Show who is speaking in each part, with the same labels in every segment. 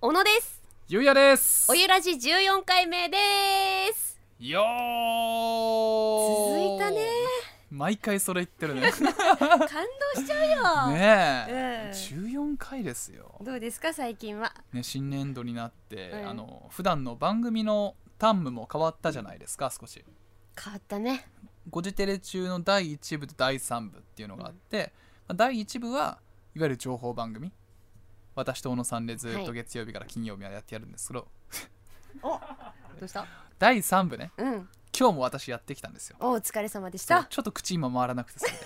Speaker 1: 小野です
Speaker 2: ゆうやです
Speaker 1: おゆらじ14回目です
Speaker 2: よー
Speaker 1: 続いたね
Speaker 2: 毎回それ言って るねね
Speaker 1: 感動しちゃ うよ、
Speaker 2: え、
Speaker 1: うん
Speaker 2: 14回ですよ、
Speaker 1: どうですか最近は
Speaker 2: ね、新年度になって、
Speaker 1: うん
Speaker 2: あの普段の番組のタンムも変わったじゃないですか少し
Speaker 1: 変わったね
Speaker 2: ゴジテレ中の第1部と第3部っていうのがあって、まあ第1部はいわゆる情報番組私と小野さんでずっと月曜日から金曜日はやってやるんですけど、
Speaker 1: どうした
Speaker 2: 第3部ね
Speaker 1: うん
Speaker 2: 今日も私やってきたんですよ
Speaker 1: お疲れ様でし
Speaker 2: そう
Speaker 1: た
Speaker 2: ちょっと口今回らなくてそれで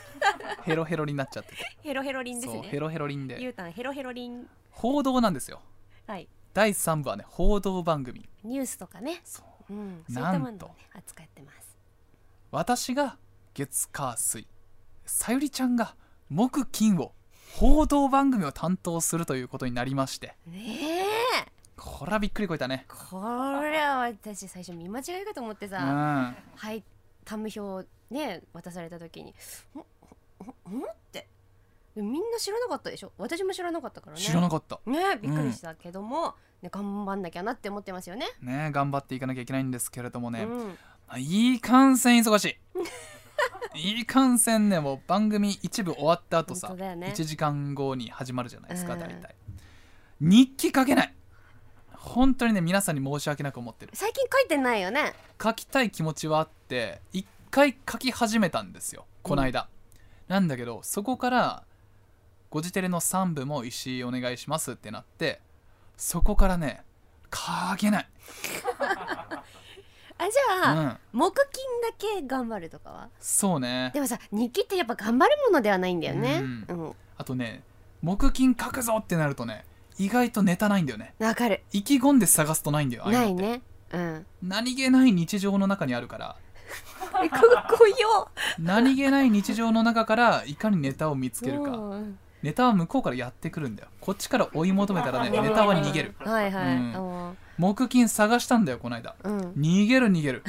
Speaker 2: ヘロヘロになっちゃってて
Speaker 1: ヘロヘロリンです
Speaker 2: そう
Speaker 1: ね
Speaker 2: ヘロヘロリン
Speaker 1: ゆ
Speaker 2: で
Speaker 1: うたんヘロヘロリン
Speaker 2: 報道なんですよ
Speaker 1: はい
Speaker 2: 第3部はね報道番組
Speaker 1: ニュースとかね
Speaker 2: そう
Speaker 1: うんそういっ
Speaker 2: な
Speaker 1: た
Speaker 2: ん
Speaker 1: も
Speaker 2: と
Speaker 1: のをね扱ってます
Speaker 2: 私が月火水さゆりちゃんが木金を報道番組を担当するということになりまして
Speaker 1: ねえ
Speaker 2: こらびっくりこいたね
Speaker 1: これは私最初見間違いかと思って
Speaker 2: う
Speaker 1: さ、
Speaker 2: ん
Speaker 1: はいタム表ね渡された時に「んんんんってでみんな知らなかったでしょ私も知らなかったからね
Speaker 2: 知らなかった
Speaker 1: ねびっくりしたけども、ね、頑張んなきゃなって思ってますよね。
Speaker 2: ね頑張っていかなきゃいけないんですけれどもね、
Speaker 1: うん、
Speaker 2: あいい感染忙しいいい感染ねもう番組一部終わった後さ、
Speaker 1: 本当だよね
Speaker 2: 1時間後に始まるじゃないですか
Speaker 1: うん
Speaker 2: 大体日記書けない本当にね皆さんに申し訳なく思ってる
Speaker 1: 最近書いてないよね。
Speaker 2: 書きたい気持ちはあって一回書き始めたんですよこの間、なんだけどそこから「ゴジテレ」の3部も石井お願いしますってなってそこからね書けない、
Speaker 1: あじゃ
Speaker 2: う
Speaker 1: あ、
Speaker 2: ん、
Speaker 1: 木金だけ頑張るとかは
Speaker 2: そうね
Speaker 1: でもさ日記ってやっぱ頑張るものではないんだよね。
Speaker 2: う
Speaker 1: うん、わ、
Speaker 2: あとね木金書くぞってなるとね意外とネタないんだよね
Speaker 1: かる
Speaker 2: 意気込んで探すとないんだよああい
Speaker 1: な
Speaker 2: うのっ
Speaker 1: い
Speaker 2: て
Speaker 1: ね。うん、
Speaker 2: 何気ない日常の中にあるから
Speaker 1: えかっこよ
Speaker 2: 何気ない日常の中からいかにネタを見つけるか
Speaker 1: うん
Speaker 2: ネタは向こうからやってくるんだよこっちから追い求めたらねネタは逃げる
Speaker 1: はいはい、
Speaker 2: うん
Speaker 1: おー
Speaker 2: 木金探したんだよこの間
Speaker 1: うん、
Speaker 2: 逃げる逃 げる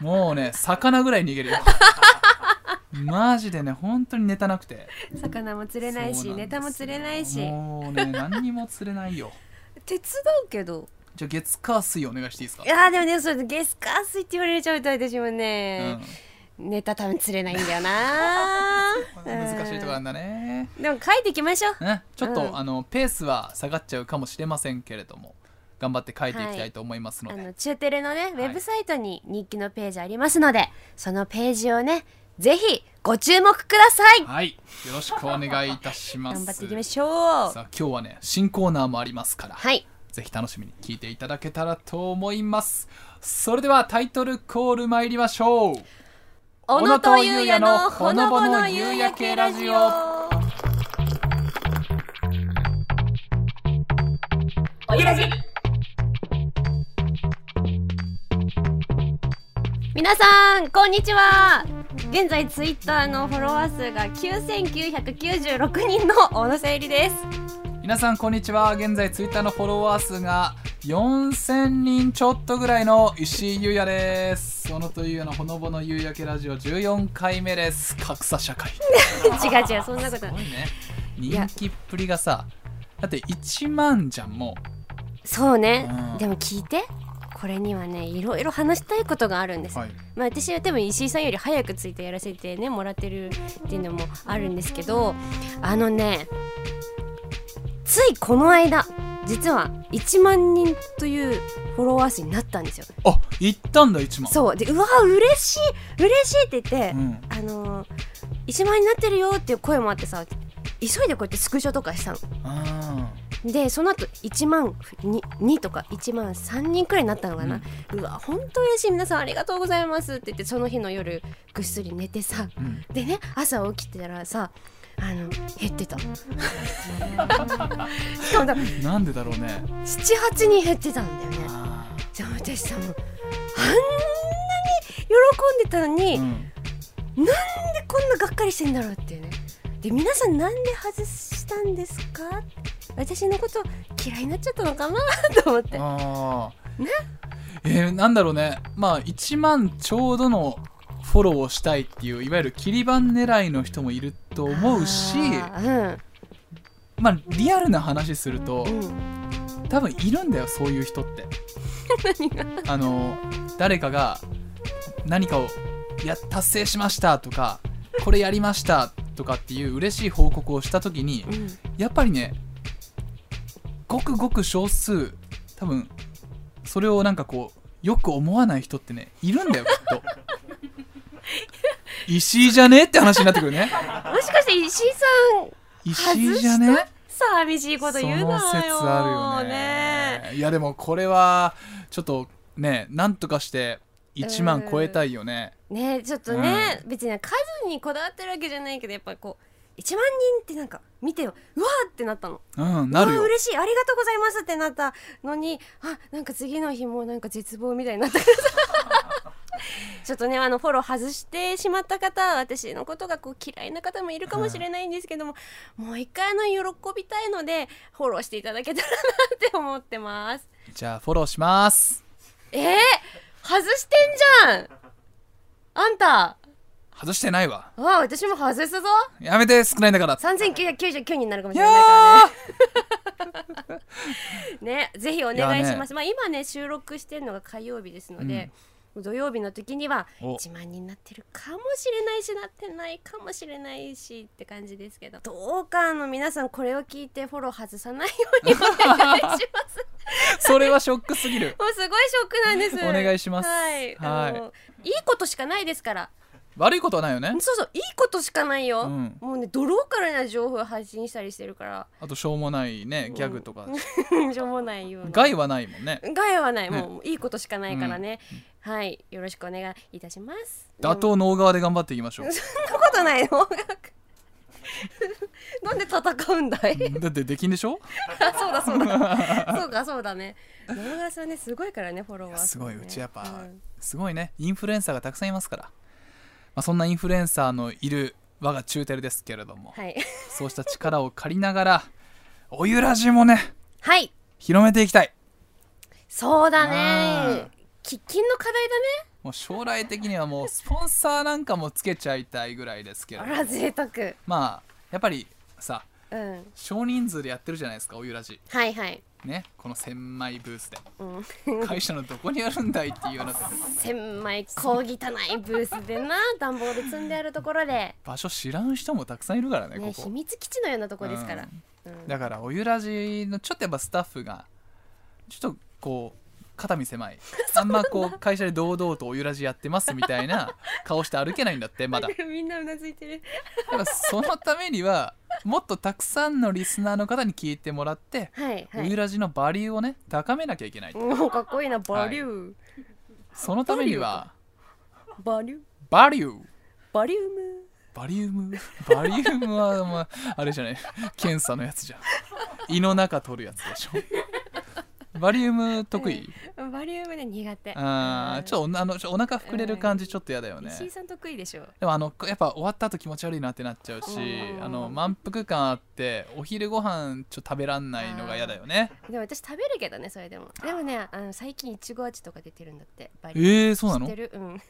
Speaker 2: もうね魚ぐらい逃げるよマジでね本当にネタなくて
Speaker 1: 魚も釣れないし
Speaker 2: そう
Speaker 1: ネ
Speaker 2: んです
Speaker 1: タ
Speaker 2: よ
Speaker 1: も釣れないし
Speaker 2: もうね何にも釣れないよ
Speaker 1: 手伝うけど
Speaker 2: じゃあ月火水お願いしていいですか
Speaker 1: い、やーでもねそれゲスカースイって言われちゃうと私も
Speaker 2: う
Speaker 1: ね
Speaker 2: ん、、
Speaker 1: ネタ多分釣れないんだよ な
Speaker 2: 難しいとこなんだね、
Speaker 1: うんでも書いていきましょう
Speaker 2: ねちょっと、
Speaker 1: うん
Speaker 2: あのペースは下がっちゃうかもしれませんけれども頑張って書いていきたいと思いますの
Speaker 1: あ
Speaker 2: で、
Speaker 1: の中テレのねウェブサイトに日記のページありますので、そのページをねぜひご注目ください
Speaker 2: はい、よろしくお願いいたします。
Speaker 1: 頑張っていきましょう
Speaker 2: さあ今日はね新コーナーもありますから、
Speaker 1: はい
Speaker 2: ぜひ楽しみに聞いていただけたらと思います。それではタイトルコール参りましょう。
Speaker 1: 小
Speaker 2: 野とゆうやのほのぼの夕焼けラジオ
Speaker 1: おゆらじ皆さんこんにちは現在ツイッターのフォロワー数が9996人の小野せいりです
Speaker 2: 皆さんこんにちは。現在ツイッターのフォロワー数が4000人ちょっとぐらいの石井優也です。そのというようなほのぼの夕焼けラジオ14回目です。格差社会。
Speaker 1: 違う違うそんなこと
Speaker 2: す
Speaker 1: ない
Speaker 2: ごいね。
Speaker 1: や
Speaker 2: 人気っぷりがさ、だって1万じゃんもう。
Speaker 1: そうね、
Speaker 2: うん
Speaker 1: でも聞いてこれにはねいろいろ話したいことがあるんです、
Speaker 2: はい
Speaker 1: まあ私は多分石井さんより早くついてやらせてねもらってるっていうのもあるんですけどあのねついこの間実は1万人というフォロワー数になったんですよ
Speaker 2: あ、行ったんだ1万。
Speaker 1: そうでうわ嬉しい嬉しいって言って、
Speaker 2: うん。
Speaker 1: あのー1万人になってるよっていう声もあってさ急いでこうやってスクショとかしたの
Speaker 2: あ
Speaker 1: でその後1万に2とか1万3人くらいになったのかな、うわ本当嬉しい皆さんありがとうございますって言ってその日の夜ぐっすり寝てさ
Speaker 2: ーうん。
Speaker 1: でね朝起きてたらさあの減ってたし かもだ78
Speaker 2: なんでだろうね。
Speaker 1: 人減ってたんだよね
Speaker 2: あ
Speaker 1: じゃあ私さもうあんなに喜んでたのに、
Speaker 2: ーう
Speaker 1: なん
Speaker 2: ん
Speaker 1: でこんながっかりしてんだろうっていうねで皆さんなんで外したんですか私のこと嫌いになっちゃったのかなと思って
Speaker 2: ああ。えー、なんだろうね。まあ、1万ちょうどのフォローをしたいっていう、いわゆる切り板狙いの人もいると思うし、
Speaker 1: あーうん、
Speaker 2: まあリアルな話すると
Speaker 1: うん、
Speaker 2: 多分いるんだよそういう人ってあの誰かが何かをや達成しましたとかこれやりましたとかっていう嬉しい報告をした時に
Speaker 1: うん、
Speaker 2: やっぱりねごくごく少数多分それをなんかこうよく思わない人ってねいるんだよきっと石井じゃねって話になってくるね
Speaker 1: もしかして石井さん
Speaker 2: 石井じゃね
Speaker 1: 寂しいこと言うなよ
Speaker 2: その説あるよねいやでもこれはちょっとねなんとかして1万超えたいよね、
Speaker 1: ねちょっとね、別に数にこだわってるわけじゃないけどやっぱこう1万人ってなんか見てようわーってなったの
Speaker 2: うんなる
Speaker 1: う
Speaker 2: よ
Speaker 1: わー嬉しいありがとうございますってなったのにあなんか次の日もうなんか絶望みたいになった ちょっとねあのフォロー外してしまった方私のことがこう嫌いな方もいるかもしれないんですけども、もう一回あの喜びたいのでフォローしていただけたらなって思ってます
Speaker 2: じゃあフォローします
Speaker 1: えー、外してんじゃんあんた
Speaker 2: 外してないわ
Speaker 1: わあ私も外すぞ
Speaker 2: やめて少ないんだから
Speaker 1: 3999になるかも
Speaker 2: い
Speaker 1: しれないからね
Speaker 2: や
Speaker 1: ね、ぜひお願いします。
Speaker 2: い
Speaker 1: まあ今ね収録してるのが火曜日ですので、土曜日の時には
Speaker 2: お
Speaker 1: 1万人になってるかもしれないしなってないかもしれないしって感じですけど、どうかあの皆さんこれを聞いてフォロー外さないようにお願いします。
Speaker 2: ーそれはショックすぎる
Speaker 1: もうすごいショックなんです。
Speaker 2: お願いします
Speaker 1: はい、あのいいことしかないですから。
Speaker 2: 悪いことはないよね
Speaker 1: そうそういいことしかないよ。
Speaker 2: うん
Speaker 1: もうねドローからな情報を発信したりしてるから、
Speaker 2: あとしょうもないねギャグとか
Speaker 1: しょうもないような。
Speaker 2: 害はないもんね
Speaker 1: 害はない、
Speaker 2: ね
Speaker 1: もういいことしかないからね、はいよろしくお願いいたします
Speaker 2: 打倒ノー側で頑張っていきましょう
Speaker 1: でもそんなことないの なんで戦うんだ い
Speaker 2: だってできんでしょ
Speaker 1: あそうだそうだそうかそうだね野村さんねすごいからねフォロワー、ね、
Speaker 2: すごいうちやっぱ
Speaker 1: うん
Speaker 2: すごいねインフルエンサーがたくさんいますから、まあ、そんなインフルエンサーのいる我が中テレですけれども、
Speaker 1: はい
Speaker 2: そうした力を借りながらおゆらじもね
Speaker 1: はい
Speaker 2: 広めていきたい
Speaker 1: そうだ
Speaker 2: あ
Speaker 1: ね喫緊の課題
Speaker 2: もう将来的にはもうスポンサーなんかもつけちゃいたいぐらいですけれ
Speaker 1: だ
Speaker 2: ど
Speaker 1: ねあら贅沢
Speaker 2: まあやっぱりさ
Speaker 1: うん
Speaker 2: 少人数でやってるじゃないですかおゆらじ
Speaker 1: はいはい、
Speaker 2: ねこの千枚ブースで
Speaker 1: うん、
Speaker 2: 会社のどこにあるんだいっていうような
Speaker 1: 千枚小汚いブースで な段ボール積んであるところで
Speaker 2: 場所知らん人もたくさんいるからね
Speaker 1: ね
Speaker 2: こ
Speaker 1: 秘
Speaker 2: こ
Speaker 1: 密基地のようなとこですから、うん
Speaker 2: だからおゆらじのちょっとやっぱスタッフがちょっとこう肩身狭いあんまこう会社で堂々とおゆらじやってますみたいな顔して歩けないんだってまだだ
Speaker 1: みんなうなずいてる
Speaker 2: からそのためにはもっとたくさんのリスナーの方に聞いてもらって、
Speaker 1: はいは
Speaker 2: おゆ
Speaker 1: い。
Speaker 2: らじのバリューをね高めなきゃいけない
Speaker 1: もうかっこいいなバリュー、
Speaker 2: そのためには
Speaker 1: バリュー
Speaker 2: バリュー
Speaker 1: バリウム
Speaker 2: バリウムバリウムは、まあ、あれじゃない検査のやつじゃん胃の中取るやつでしょバリウム得意、
Speaker 1: バリウムね苦手。
Speaker 2: あーち
Speaker 1: っ
Speaker 2: ょっとおなあのちょっとお腹膨れる感じちょっと嫌だよね
Speaker 1: 石井さん得意でしょ。
Speaker 2: でもあのやっぱ終わった後気持ち悪いなってなっちゃうし
Speaker 1: うん
Speaker 2: あの満腹感あってお昼ご飯ちょっと食べらんないのが嫌だよね
Speaker 1: でも私食べるけどねそれでも。でもねあの最近いちご味とか出てるんだってバリウム。
Speaker 2: えー、そ
Speaker 1: 知っ
Speaker 2: うなの
Speaker 1: てるうん。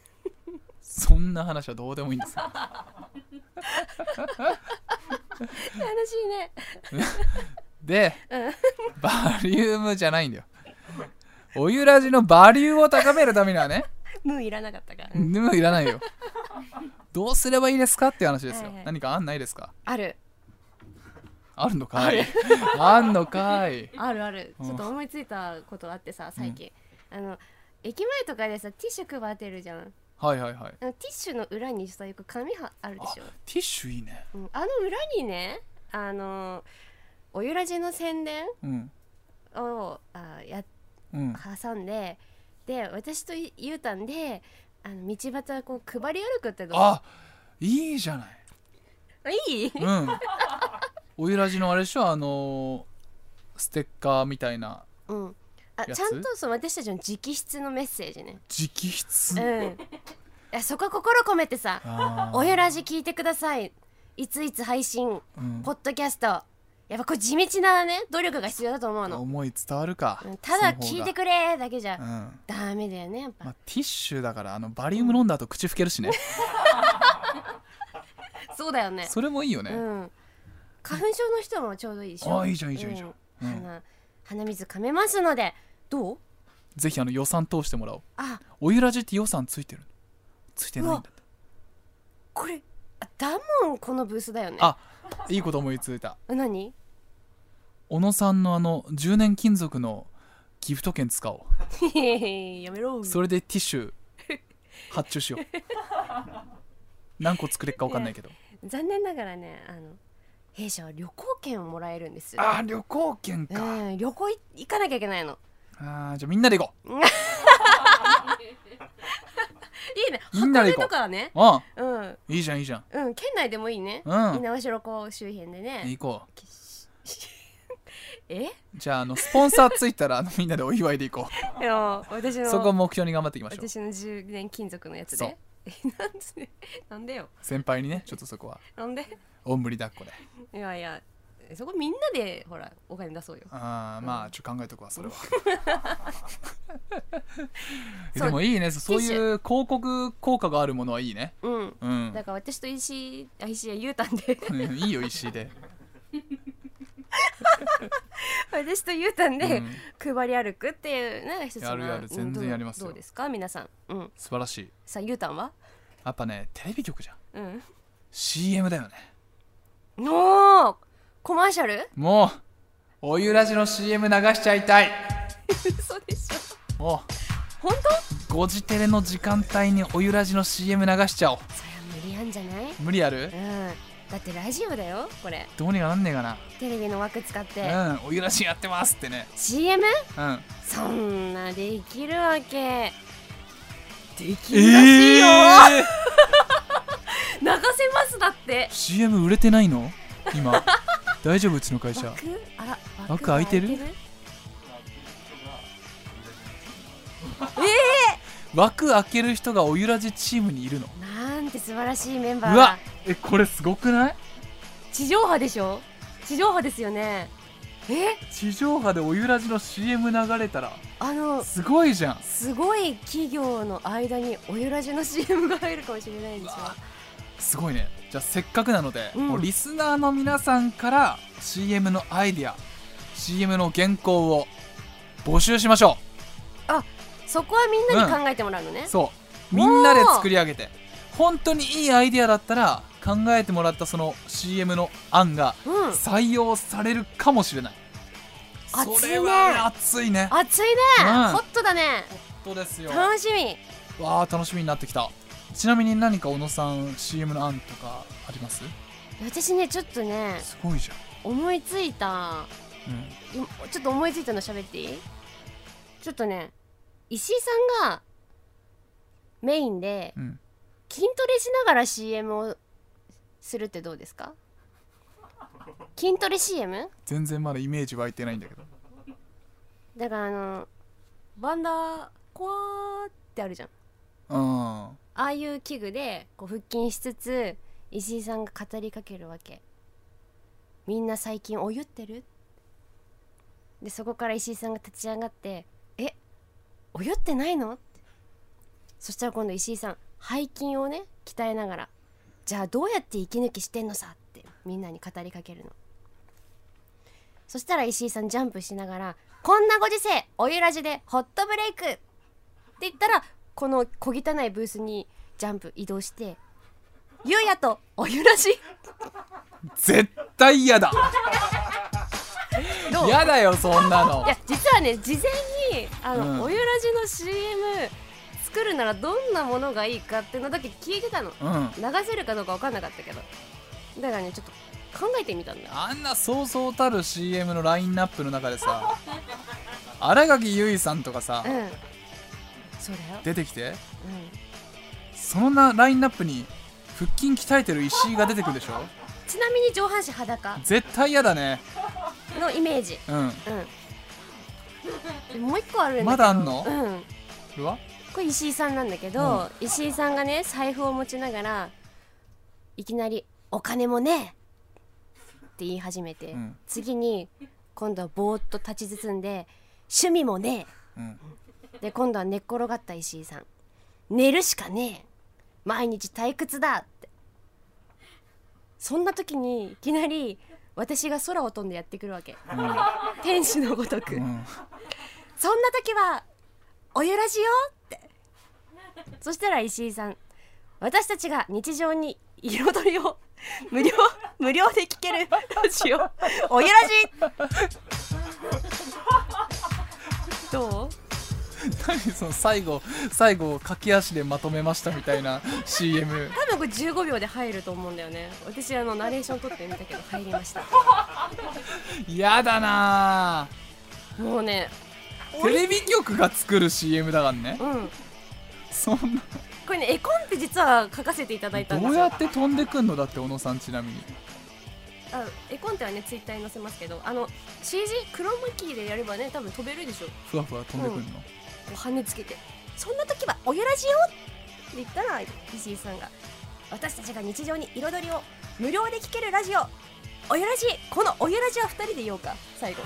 Speaker 2: そんな話はどうでもいいんです よ
Speaker 1: 楽しいね。
Speaker 2: でバリウムじゃないんだよおゆらじのバリューを高めるためにはね
Speaker 1: ムーいらなかったから。
Speaker 2: でもいらないよどうすればいいですかっていう話ですよ、
Speaker 1: はいはい
Speaker 2: 何か案ないですか
Speaker 1: ある
Speaker 2: あるのかい あんのかい
Speaker 1: あるある。
Speaker 2: うん
Speaker 1: ちょっと思いついたことあってさ最近、あの駅前とかでさティッシュ配ってるじゃん。
Speaker 2: はいはいはい
Speaker 1: あのティッシュの裏にさよく紙はあるで
Speaker 2: あ
Speaker 1: し
Speaker 2: テ
Speaker 1: ょ。
Speaker 2: ィッシュいいね
Speaker 1: うんあの裏にねあのおゆらじの宣伝
Speaker 2: うん
Speaker 1: をあや
Speaker 2: うん
Speaker 1: 挟んでで私といゆうたんであの道端をこう配り歩くっての
Speaker 2: あいいじゃない
Speaker 1: いい
Speaker 2: うんおゆらじのあれでしょあのーステッカーみたいな
Speaker 1: うんあ
Speaker 2: やつ
Speaker 1: ちゃんとそう私たちの直筆のメッセージね
Speaker 2: 直
Speaker 1: う
Speaker 2: 筆
Speaker 1: んいやそこは心込めてさ
Speaker 2: あ
Speaker 1: 「
Speaker 2: ー
Speaker 1: おゆらじ聞いてください」いついつ配信
Speaker 2: うん
Speaker 1: ポッドキャストやっぱこれ地道なね努力が必要だと思うの、
Speaker 2: 思い伝わるか
Speaker 1: うんただ
Speaker 2: その方
Speaker 1: 聞い
Speaker 2: が
Speaker 1: てくれだけじゃ
Speaker 2: うんま
Speaker 1: ダメだよねやっぱ
Speaker 2: あ、ティッシュだからあのバリウム飲んだ後口拭けるしね
Speaker 1: そうだよね
Speaker 2: それもいいよね、
Speaker 1: うん花粉症の人もちょうどいいでしょ
Speaker 2: あーいいじゃんいいじゃんいいじゃん
Speaker 1: う
Speaker 2: うん
Speaker 1: 鼻鼻水噛めますのでどう
Speaker 2: ぜひあの予算通してもらおう
Speaker 1: あ
Speaker 2: おゆらじって予算ついてるついてないんだって
Speaker 1: これあダモンこのブースだよね
Speaker 2: あいいこと思いついた
Speaker 1: 何
Speaker 2: 小野さんのあの10年金属のギフト券使おう
Speaker 1: やめろ
Speaker 2: それでティッシュ発注し よう何個作れっか分かんないけど
Speaker 1: 残念ながらねあの弊社は旅行券をもらえるんですよ
Speaker 2: あー旅行券か、
Speaker 1: うん、旅行い行かなきゃいけないの
Speaker 2: あーじゃあみんなで行こ
Speaker 1: いいね
Speaker 2: みん
Speaker 1: 箱
Speaker 2: なで
Speaker 1: 根
Speaker 2: 行こう
Speaker 1: とかはね
Speaker 2: ううん
Speaker 1: うん
Speaker 2: いいじゃんいいじゃん
Speaker 1: うん県内でもいいね、
Speaker 2: うん
Speaker 1: 猪苗代湖周辺でね
Speaker 2: 行こう
Speaker 1: え
Speaker 2: じゃああのスポンサーついたらあのみんなでお祝いで行こ
Speaker 1: いや私
Speaker 2: う
Speaker 1: の
Speaker 2: そこを目標に頑張っていきましょう
Speaker 1: 私の10年金属のやつ
Speaker 2: そ
Speaker 1: で
Speaker 2: う
Speaker 1: え なんでなんでよ
Speaker 2: 先輩にねちょっとそこは
Speaker 1: なんで
Speaker 2: おんぶり抱っこで
Speaker 1: いやいやそこみんなでほらお金出そうよ
Speaker 2: あーまあちょっと考えとくわそ れはえ
Speaker 1: そう
Speaker 2: でもいいねそういう広告効果があるものはいいね
Speaker 1: うん
Speaker 2: うん
Speaker 1: だから私と石井あ石井やゆうたんで
Speaker 2: うんいいよ石井で、
Speaker 1: 私とゆうたん
Speaker 2: う
Speaker 1: で、
Speaker 2: ん、
Speaker 1: 配り歩くっていうなんか一つの
Speaker 2: やるやる全然やりますよ
Speaker 1: どうどうですか皆さんうん
Speaker 2: 素晴らしい
Speaker 1: さあゆうたんは
Speaker 2: やっぱねテレビ局じゃ
Speaker 1: う
Speaker 2: ん
Speaker 1: ん
Speaker 2: CM だよね
Speaker 1: おーコマーシャル
Speaker 2: もうおゆらじの CM 流しちゃいたい
Speaker 1: 嘘でしょ
Speaker 2: も
Speaker 1: 本当
Speaker 2: うゴジテレの時間帯におゆらじの CM 流しちゃおう
Speaker 1: それは無理やんじゃないうん
Speaker 2: 無理ある
Speaker 1: だってラジオだよこれ
Speaker 2: どうにかなんねえか
Speaker 1: テレビの枠使って
Speaker 2: なうんおゆらじやってますってね
Speaker 1: CM?
Speaker 2: うん
Speaker 1: そんなできるわけでき
Speaker 2: え
Speaker 1: るらしいよ、
Speaker 2: えー、
Speaker 1: 流せますだって
Speaker 2: CM 売れてないの今 大丈夫うちの会社
Speaker 1: 枠あら
Speaker 2: 枠開いてる
Speaker 1: え
Speaker 2: 枠開ける人がおゆらじチームにいるの
Speaker 1: ー、なんて素晴らしいメンバー
Speaker 2: うわえこれすごくない
Speaker 1: 地上波でしょ地上波ですよねえ
Speaker 2: 地上波でおゆらじの CM 流れたら
Speaker 1: あの
Speaker 2: すごいじゃん
Speaker 1: すごい企業の間におゆらじの CM が入るかもしれないんですよ
Speaker 2: うわすごいねじゃあせっかくなので、
Speaker 1: うん
Speaker 2: もうリスナーの皆さんから CM のアイディア CM の原稿を募集しましょ
Speaker 1: そこはみんなに考えてもらうのね
Speaker 2: う、そうみんなで作り上げて本当にいいアイディアだったら考えてもらったその CM の案が
Speaker 1: うん
Speaker 2: 採用されるかもしれない、
Speaker 1: 熱いね
Speaker 2: それは熱いね
Speaker 1: 熱いね、
Speaker 2: うん
Speaker 1: ホットだね
Speaker 2: 本当ですよ
Speaker 1: 楽しみ
Speaker 2: わあ楽しみになってきたちなみに何か小野さん CM の案とかあります
Speaker 1: 私ねちょっとね
Speaker 2: すごいじ
Speaker 1: 思いついた
Speaker 2: ゃん、うん、
Speaker 1: いちょっと思いついたの喋っていいちょっとね石井さんがメインで
Speaker 2: うん
Speaker 1: 筋トレしながら CM をするってどうです か筋トレ CM?
Speaker 2: 全然まだイメージ湧いてないんだけど
Speaker 1: だからあのバンダーコワーってあるじゃん
Speaker 2: うん
Speaker 1: ああいう器具でこう腹筋しつつ石井さんが語りかけるわけみんな最近お湯ってるでそこから石井さんが立ち上がって「えお湯ってないの?」ってそしたら今度石井さん背筋をね鍛えながら「じゃあどうやって息抜きしてんのさ」ってみんなに語りかけるのそしたら石井さんジャンプしながら「こんなご時世お湯ラジでホットブレイク!」って言ったらこの小汚いブースにジャンプ移動して「ゆうやとお湯ラジ
Speaker 2: 絶対嫌だ
Speaker 1: どう
Speaker 2: 嫌だよそんな」の
Speaker 1: いや実はね事前にあの、
Speaker 2: うん
Speaker 1: お湯ラジの CM 作るならどんなものがいいかっていうのだけ聞いてたの
Speaker 2: うん
Speaker 1: 流せるかどうか分かんなかったけどだからねちょっと考えてみたんだよ
Speaker 2: あんなそうそうたる CM のラインナップの中でさ新垣結衣さんとかさ、
Speaker 1: うんそうだよ、
Speaker 2: 出てきて
Speaker 1: うん、
Speaker 2: そのなラインナップに腹筋鍛えてる石井が出てくるでしょ
Speaker 1: ちなみに上半身裸
Speaker 2: 絶対嫌だね
Speaker 1: のイメージ
Speaker 2: うん
Speaker 1: うんでもう一個あるんだけど
Speaker 2: まだあんの
Speaker 1: うん
Speaker 2: これは
Speaker 1: これ石井さんなんだけど、石井さんがね財布を持ちながらいきなり「お金もねえ!」って言い始めて、
Speaker 2: うん
Speaker 1: 次に今度はぼーっと立ち包んで「趣味もね
Speaker 2: うん
Speaker 1: え!」で今度は寝っ転がった石井さん「寝るしかねえ毎日退屈だ!」ってそんな時にいきなり私が空を飛んでやってくるわけ
Speaker 2: うん
Speaker 1: 天使のごとく、
Speaker 2: うん
Speaker 1: そんな時はお揺らしようってそしたら石井さん私たちが日常に彩りを無料無料で聴けるラジオお揺らしどう
Speaker 2: 何その最後最後駆け足でまとめましたみたいな CM
Speaker 1: 多分これ15秒で入ると思うんだよね私あのナレーション撮ってみたけど入りました
Speaker 2: やだな
Speaker 1: もうね
Speaker 2: ぁテレビ局が作る CM だからね
Speaker 1: うん
Speaker 2: そん
Speaker 1: これね絵コンって実は書かせていただいた
Speaker 2: なん
Speaker 1: で
Speaker 2: どう
Speaker 1: す
Speaker 2: や
Speaker 1: よ
Speaker 2: って飛んでくんのだって小野さんちなみに
Speaker 1: あ絵コンテはねツイッターに載せますけどあの CG クロムキーでやればね多分飛べるでしょ
Speaker 2: ふわふわ飛んでくんの、
Speaker 1: こう跳ねつけてそんな時はお揺らしよって言ったら石井さんが私たちが日常に彩りを無料で聴けるラジオお揺らしこのお揺らしは2人で言おうか最後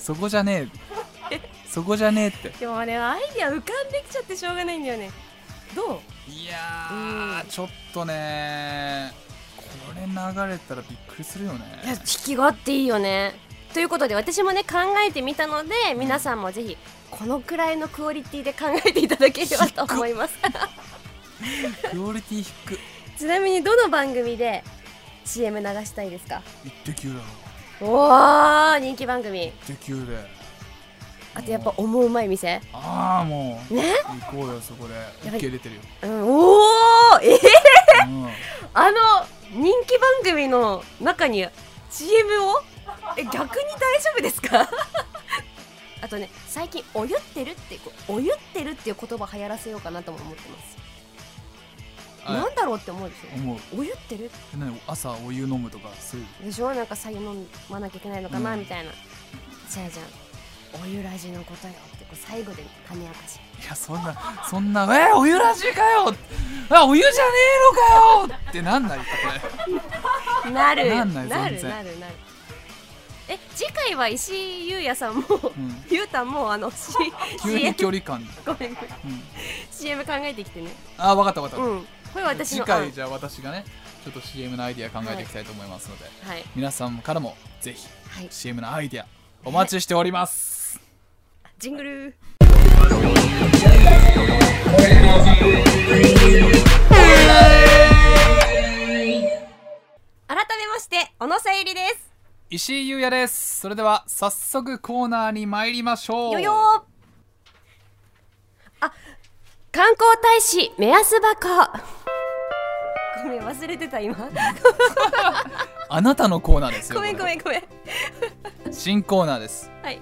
Speaker 2: そこじゃねえそこじゃねえって
Speaker 1: でもあれアイディア浮かんできちゃってしょうがないんだよねどう
Speaker 2: いやー、
Speaker 1: うん
Speaker 2: ちょっとねこれ流れたらびっくりするよ
Speaker 1: いや
Speaker 2: ね
Speaker 1: 引きがあっていいよねということで私もね考えてみたので皆さんもぜひこのくらいのクオリティで考えていただければと思います
Speaker 2: クオリティ低っ
Speaker 1: ちなみにどの番組で CM 流したいですか
Speaker 2: 一滴だろ
Speaker 1: おー人気番組
Speaker 2: 一滴で
Speaker 1: あとやっぱ思うまい店
Speaker 2: ああもう
Speaker 1: ね
Speaker 2: 行こうよそこで
Speaker 1: やばい
Speaker 2: 受け入れてるよ、
Speaker 1: うんおおえ
Speaker 2: うん
Speaker 1: あの人気番組の中に CM をえ逆に大丈夫ですか あとね最近「お湯ってる」ってこう「お湯ってる」っていう言葉流行らせようかなとも思ってます
Speaker 2: あ
Speaker 1: なんだろうって思うでし
Speaker 2: 思う
Speaker 1: ょお湯ってる
Speaker 2: え何朝お湯飲むとかそういう
Speaker 1: でしょなんか白湯飲まなきゃいけないのかな、
Speaker 2: うん
Speaker 1: みたいなじゃあじゃあお湯ラジのことよってこう最後で種明かし
Speaker 2: いやそんなそんな「えーお湯らしいかよ!」あお湯じゃねえのかよ!」ってなんないかこ
Speaker 1: なる
Speaker 2: なんない
Speaker 1: な
Speaker 2: 全
Speaker 1: る
Speaker 2: 然
Speaker 1: なるなるえ次回は石井優也さんも、
Speaker 2: ん
Speaker 1: ゆうたんもあの C
Speaker 2: れ急
Speaker 1: CM
Speaker 2: に距離感で、
Speaker 1: ごめんごめん
Speaker 2: うん
Speaker 1: CM 考えてきてね
Speaker 2: ああ分かった分かった、
Speaker 1: うんこれ私
Speaker 2: 次
Speaker 1: の
Speaker 2: 回じゃあ私がねちょっと CM のアイディア考えていきたいと思いますので、
Speaker 1: あはい
Speaker 2: 皆さんからもぜひ
Speaker 1: はい
Speaker 2: CM のアイディアお待ちしております、
Speaker 1: ジングル改めまして小野さゆりです
Speaker 2: 石井優也ですそれでは早速コーナーに参りましょう
Speaker 1: よよーあ観光大使目安箱ごめん忘れてた今
Speaker 2: あなたのコーナーですよ
Speaker 1: ごめん
Speaker 2: こ
Speaker 1: ご
Speaker 2: れ
Speaker 1: めんごめん
Speaker 2: 新コーナーです
Speaker 1: はい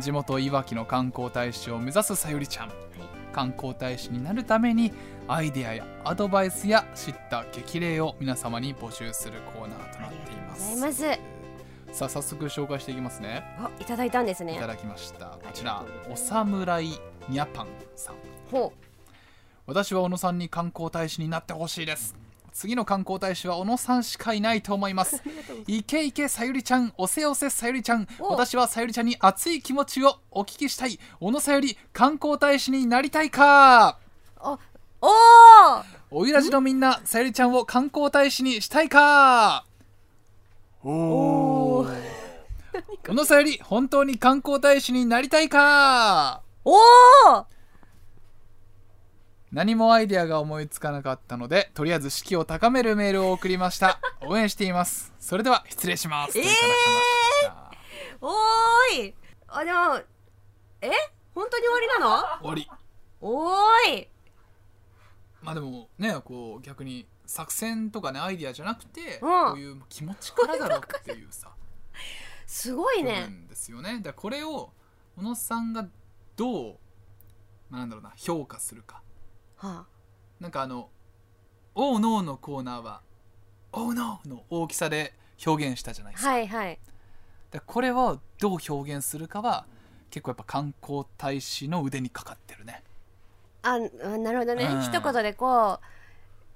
Speaker 2: 地元いわきの観光大使を目指すさゆりちゃん、観光大使になるためにアイデアやアドバイスや知った激励を皆様に募集するコーナーとなっていま
Speaker 1: ござ
Speaker 2: す
Speaker 1: います
Speaker 2: さあ早速紹介していきますね
Speaker 1: おいただいたんです
Speaker 2: い
Speaker 1: ね
Speaker 2: ただきましたこち
Speaker 1: あ
Speaker 2: ら
Speaker 1: りがとうござい
Speaker 2: お
Speaker 1: ます
Speaker 2: 侍にゃぱんさん
Speaker 1: ほ
Speaker 2: 私は小野さんに観光大使になってほしいです次の観光大使は小野さんしかいないと思 いますイケイケさゆりちゃんおせおせさゆりちゃん
Speaker 1: お
Speaker 2: 私はさゆりちゃんに熱い気持ちをお聞きしたい小野さゆり観光大使になりたいか
Speaker 1: うおおー
Speaker 2: おゆらじのみんなさゆりちゃんを観光大使にしたいか
Speaker 1: おー
Speaker 2: 小野さゆり本当に観光大使になりたいか
Speaker 1: おー
Speaker 2: 何もアイデアが思いつかなかったのでとりあえず士気を高めるメールを送りました応援していますそれでは失礼しますといただきました
Speaker 1: おーいあでもえ本当に終わりなの
Speaker 2: 終わり
Speaker 1: おーい
Speaker 2: まあでもねこう逆に作戦とかねアイデアじゃなくて、こういう気持ちからだろうっていうさ
Speaker 1: すご い
Speaker 2: 部
Speaker 1: ね
Speaker 2: 分ですよねだからこれを小野さんがどうまあなんだろうな評価するか
Speaker 1: は
Speaker 2: なんかあの「オーノー」のコーナーは「オーノー」の大きさで表現したじゃない
Speaker 1: あ
Speaker 2: ですか
Speaker 1: はいはい
Speaker 2: だからこれをどう表現するかは結構やっぱ観光大使の腕にかかってるね
Speaker 1: あうんなるほどね、
Speaker 2: うん
Speaker 1: 一言でこう、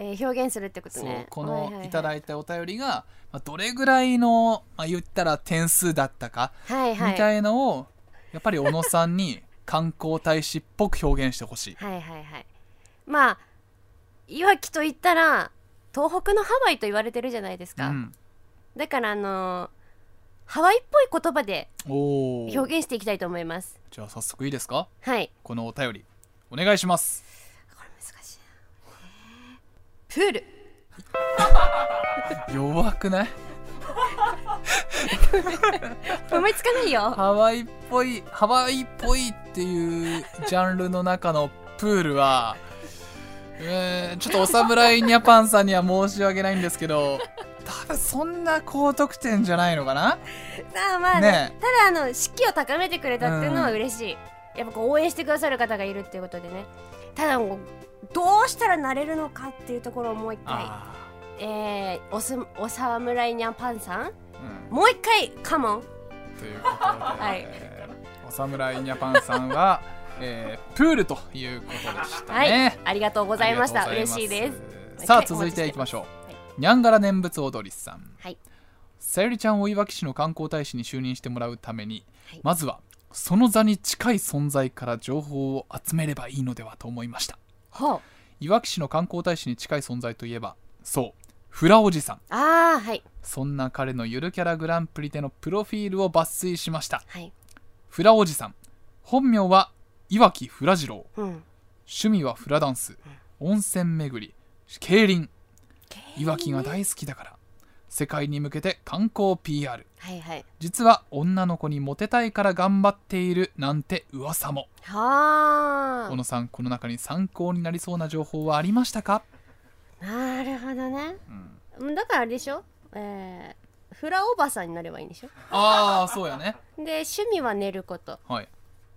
Speaker 1: えー、表現するってこと
Speaker 2: そう
Speaker 1: ね
Speaker 2: こ
Speaker 1: はいはい
Speaker 2: の
Speaker 1: はい
Speaker 2: いただいたお便りが、まあ、どれぐらいの、まあ、言ったら点数だったか
Speaker 1: はい
Speaker 2: み
Speaker 1: はい
Speaker 2: たいのをやっぱり小野さん に観光大使っぽく表現してほしい
Speaker 1: はいはいはいまあいわきと言ったら東北のハワイと言われてるじゃないです
Speaker 2: う
Speaker 1: か、
Speaker 2: ん、
Speaker 1: だからあのーハワイっぽい言葉で
Speaker 2: おおじ
Speaker 1: 表現していきたいと思います
Speaker 2: ゃあ早速いいですか
Speaker 1: はい
Speaker 2: このお便りお願いします
Speaker 1: これ難しいプール
Speaker 2: 弱くない
Speaker 1: 思いつかないよ
Speaker 2: ハワイっぽいハワイっぽいっていうジャンルの中のプールはうーんちょっとお侍ニャパンさんには申し訳ないんですけど多分そんな高得点じゃないのかな
Speaker 1: さあまあね
Speaker 2: ね
Speaker 1: ただあの士気を高めてくれたっていうのは嬉しい、やっぱこう応援してくださる方がいるっていうことでねただもうどうしたらなれるのかっていうところをもう一回
Speaker 2: あ
Speaker 1: えー、おすおさむらいにゃんぱんさん
Speaker 2: ーうん
Speaker 1: もう一回カモン
Speaker 2: ということで、
Speaker 1: い
Speaker 2: えーお侍ニャパンさんは、えープールということでした
Speaker 1: はい、
Speaker 2: ね、
Speaker 1: ありがとうございました
Speaker 2: ありがとう
Speaker 1: 嬉
Speaker 2: ござ
Speaker 1: しいです
Speaker 2: すさあ続いていきましょう、
Speaker 1: はい
Speaker 2: にゃんがら念仏踊りさん
Speaker 1: はい
Speaker 2: さゆりちゃんをいわき市の観光大使に就任してもらうために、
Speaker 1: はい
Speaker 2: まずはその座に近い存在から情報を集めればいいのではと思いました
Speaker 1: ほう
Speaker 2: いわき市の観光大使に近い存在といえばそうフラおじさん
Speaker 1: ああはい
Speaker 2: そんな彼のゆるキャラグランプリでのプロフィールを抜粋しました
Speaker 1: はい
Speaker 2: フラおじさん本名はいわきフラ次郎
Speaker 1: うん
Speaker 2: 趣味はフラダンス温泉巡り競輪いわきが大好きだから世界に向けて観光 PR
Speaker 1: はいはい
Speaker 2: 実は女の子にモテたいから頑張っているなんて噂も
Speaker 1: は
Speaker 2: 小野さんこの中に参考になりそうな情報はありましたか、
Speaker 1: あなるほどね
Speaker 2: うん、
Speaker 1: うんだからあれでしょえー、フラおばさんになればいいんでしょ
Speaker 2: ああそうやね
Speaker 1: で趣味は寝ること
Speaker 2: はい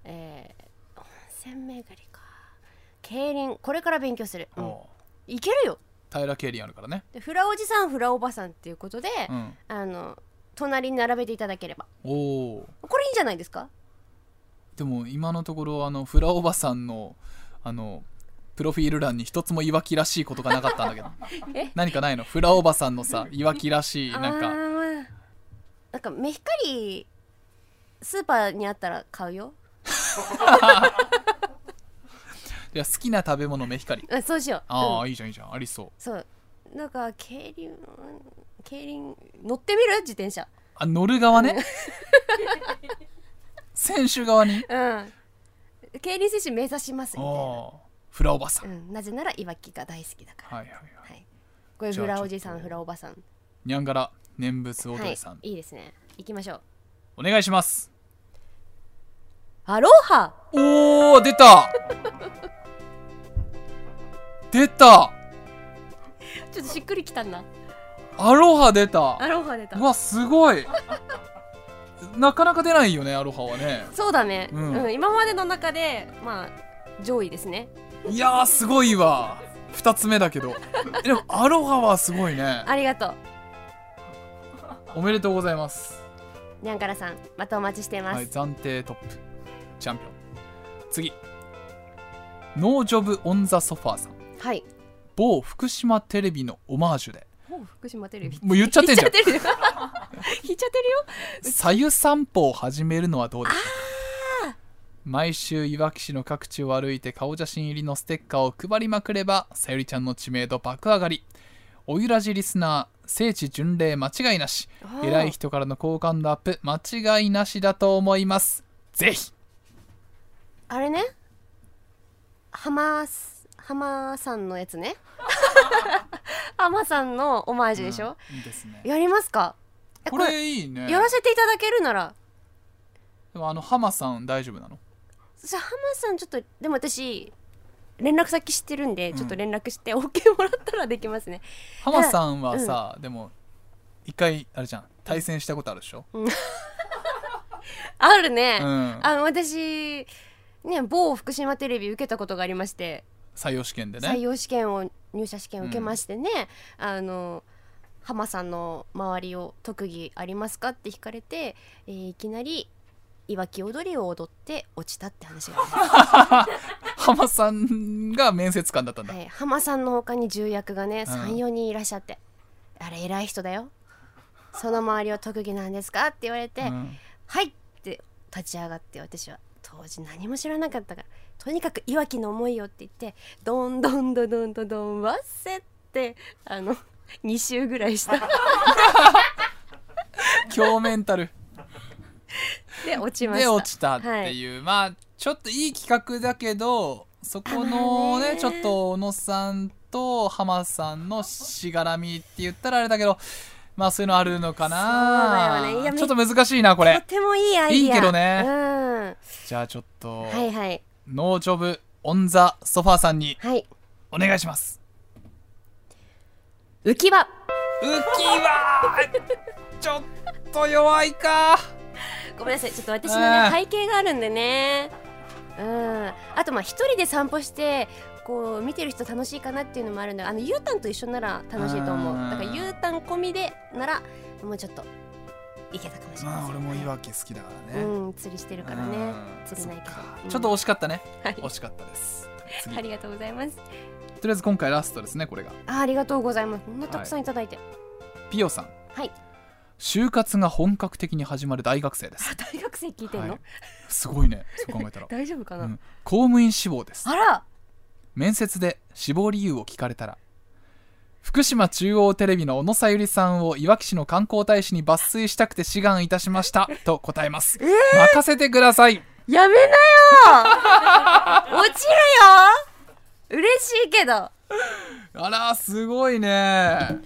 Speaker 1: えー、温泉巡りか競輪これから勉強する、うん、
Speaker 2: おう
Speaker 1: いけるよ
Speaker 2: 平競輪あるからね
Speaker 1: でフラおじさんフラおばさんっていうことで、
Speaker 2: うん
Speaker 1: あの隣に並べていただければ
Speaker 2: おお
Speaker 1: これいいんじゃないですか
Speaker 2: でも今のところあのフラおばさんのあのプロフィール欄に一つもいわきらしいことがなかったんだけど
Speaker 1: え
Speaker 2: 何かないのフラおばさんのさいわきらしいなん
Speaker 1: あ
Speaker 2: か
Speaker 1: ーなんか目光スーパーにあったら買うよ
Speaker 2: いや好きな食べ物目光
Speaker 1: あそうしよう
Speaker 2: ああ、
Speaker 1: うん、
Speaker 2: いいじゃんいいじゃんありそう
Speaker 1: そうなんか競輪競輪乗ってみる自転車
Speaker 2: あ乗る 側ね選手側に
Speaker 1: うん競輪選手目指しますみたい
Speaker 2: ああフラおばさん、
Speaker 1: な、うん、なぜならいわきが大好きだから
Speaker 2: はいはいはい
Speaker 1: はいこれ
Speaker 2: じゃあ
Speaker 1: フラおじさ
Speaker 2: ちょ
Speaker 1: ん
Speaker 2: っと
Speaker 1: フラおばさん
Speaker 2: にゃんがら念仏踊りさん、
Speaker 1: はいいいですね行きましょう
Speaker 2: お願いします
Speaker 1: アロハ
Speaker 2: おお出 た出た
Speaker 1: ちょっとしっくりきたんだ
Speaker 2: アロハ出た
Speaker 1: アロハ出た
Speaker 2: うわすごいなかなか出ないよねアロハはね
Speaker 1: そうだね、
Speaker 2: うん
Speaker 1: うん、今までの中でまあ上位ですね
Speaker 2: いやーすごいわ2つ目だけどえでもアロハはすごいね
Speaker 1: ありがとう
Speaker 2: おめでとうございます
Speaker 1: にゃんからさんまたお待ちしてます、
Speaker 2: はい、暫定トップチャンピオン次ノージョブ・オン・ザ・ソファーさん
Speaker 1: はい。
Speaker 2: 某福島テレビのオマージュで
Speaker 1: もう福島テレビ。
Speaker 2: もう言っちゃってんじゃん
Speaker 1: 言っちゃってるよ。言っちゃってるよ。
Speaker 2: 「さゆ散歩」を始めるのはどうでしょうか毎週いわき市の各地を歩いて顔写真入りのステッカーを配りまくればさゆりちゃんの知名度爆上がりおゆらじリスナー聖地巡礼間違いなし
Speaker 1: あー
Speaker 2: 偉い人からの好感度アップ間違いなしだと思いますぜひ
Speaker 1: あれね。浜す浜さんのやつね。 浜さんのオマージュでしょ。
Speaker 2: うんいいですね
Speaker 1: やりますか。え
Speaker 2: これいいね
Speaker 1: やらせていただけるなら。
Speaker 2: でもあのハマさん大丈夫なの
Speaker 1: じゃ浜さんちょっとでも私連絡先知ってるんでちょっと連絡して OK もらったらできますね。
Speaker 2: ハマさんはさ、でも一回あれじゃん対戦したことあるでしょ、
Speaker 1: ある
Speaker 2: う
Speaker 1: ね。
Speaker 2: ん、
Speaker 1: あの私ね某福島テレビ受けたことがありまして。
Speaker 2: 採用試験で
Speaker 1: 採
Speaker 2: ね
Speaker 1: 用試験を入社試験を受けましてね、あの浜さんの周りを特技ありますかって聞かれて、えーいきなりいわき踊りを踊って落ちたって話がありま
Speaker 2: ハマさんが面接官だったん
Speaker 1: す、
Speaker 2: だ、
Speaker 1: はい、浜さんの他に重役がね
Speaker 2: うん
Speaker 1: 34人いらっしゃって、あれ偉い人だよその周りを特技なんですかって言われて、
Speaker 2: うん
Speaker 1: はいって立ち上がって私は当時何も知らなかったからとにかくいわきの思いよって言ってどんどんどんどんどんどんわっせってってあの2週ぐらいした
Speaker 2: 強メン タル
Speaker 1: で落ちました
Speaker 2: で落ちたっていう、まあちょっといい企画だけどそこ
Speaker 1: あ
Speaker 2: の
Speaker 1: まあ
Speaker 2: ね
Speaker 1: ね
Speaker 2: ちょっと小野さんと浜さんのしがらみって言ったらあれだけどまあそういうのあるのか
Speaker 1: そ
Speaker 2: な
Speaker 1: うだよねいやめ
Speaker 2: ちょっと難しいなこれ
Speaker 1: とてもいいアイディア
Speaker 2: いいけどね
Speaker 1: うん
Speaker 2: じゃあちょっと、
Speaker 1: はいはい
Speaker 2: ノージョブオンザソファーさんに
Speaker 1: はい
Speaker 2: お願いします
Speaker 1: 浮き輪
Speaker 2: 浮きは ちょっと弱いか
Speaker 1: ごめんなさいちょっと私のね
Speaker 2: あー
Speaker 1: 背景があるんでねうんあとまあ一人で散歩してこう見てる人楽しいかなっていうのもあるんであのゆうたんと一緒なら楽しいと思う
Speaker 2: あー
Speaker 1: だからゆうたん込みでならもうちょっといけたかもしれ
Speaker 2: ま
Speaker 1: ませ
Speaker 2: あ
Speaker 1: ん
Speaker 2: 俺もいわき好きだからね、
Speaker 1: うん釣りしてるからね
Speaker 2: うん
Speaker 1: 釣れないけ
Speaker 2: そっか
Speaker 1: ど
Speaker 2: ちょっと惜しかったね、
Speaker 1: はい
Speaker 2: 惜しかったです次
Speaker 1: あ
Speaker 2: とり
Speaker 1: りがとうございます
Speaker 2: あえず今回ラストですねこれが
Speaker 1: あありがとうございますこんなたくさんいただいて
Speaker 2: ピオさん
Speaker 1: はい、
Speaker 2: 就活が本格的に始まる大学生です
Speaker 1: あ大学生聞いてんの、
Speaker 2: はいすごいねそう考 えたら
Speaker 1: 大丈夫かな、
Speaker 2: うん公務員志望です
Speaker 1: あら
Speaker 2: 面接で志望理由を聞かれたら福島中央テレビの小野さゆりさんをいわき市の観光大使に抜粋したくて志願いたしましたと答 えます、任せてください
Speaker 1: やめなよ 落ちるよ嬉しいけど
Speaker 2: あらすごいね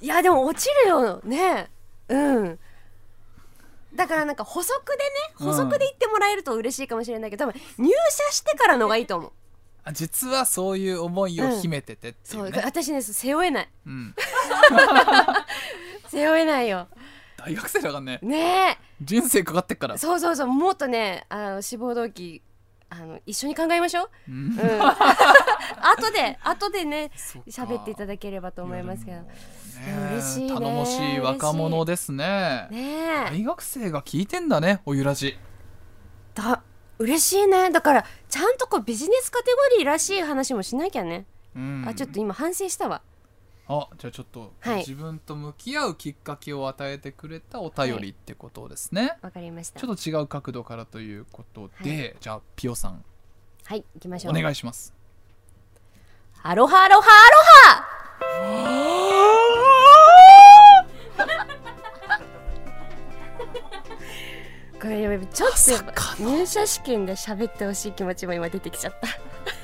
Speaker 1: いやでも落ちるよねうんだからなんか補足でね
Speaker 2: うん
Speaker 1: 補足で言ってもらえると嬉しいかもしれないけど、多分入社してからのがいいと思う
Speaker 2: あ実はそういう思いを秘めててってい
Speaker 1: そうう
Speaker 2: ね、
Speaker 1: 私ね背負えない
Speaker 2: うん、
Speaker 1: 背負えないよ
Speaker 2: 大学生だからね
Speaker 1: ね
Speaker 2: 人生かかってっから
Speaker 1: え、そうそうそうもっとねあの志望動機あの一緒に考えましょう
Speaker 2: うん
Speaker 1: うん後で後でね
Speaker 2: そか
Speaker 1: 喋っていただければと思いますけど
Speaker 2: や
Speaker 1: ね
Speaker 2: でもね
Speaker 1: 嬉しいね
Speaker 2: 頼もしい若者ですね
Speaker 1: え、
Speaker 2: 大学生が聞いてんだねおゆらじ
Speaker 1: だ嬉しいねだからちゃんとこうビジネスカテゴリーらしい話もしなきゃね、
Speaker 2: うん
Speaker 1: あちょっと今反省したわ
Speaker 2: あじゃあちょっと、
Speaker 1: はい
Speaker 2: 自分と向き合うきっかけを与えてくれたお便りってことですね、
Speaker 1: わかりました
Speaker 2: ちょっと違う角度からということで、
Speaker 1: は
Speaker 2: じゃあピオさん
Speaker 1: はい行きましょ
Speaker 2: お
Speaker 1: う
Speaker 2: 願いします
Speaker 1: アロハアロハアロハこれやっぱちょっとやっ
Speaker 2: まさ
Speaker 1: ぱ入社試験で喋ってほしい気持ちも今出てきちゃっ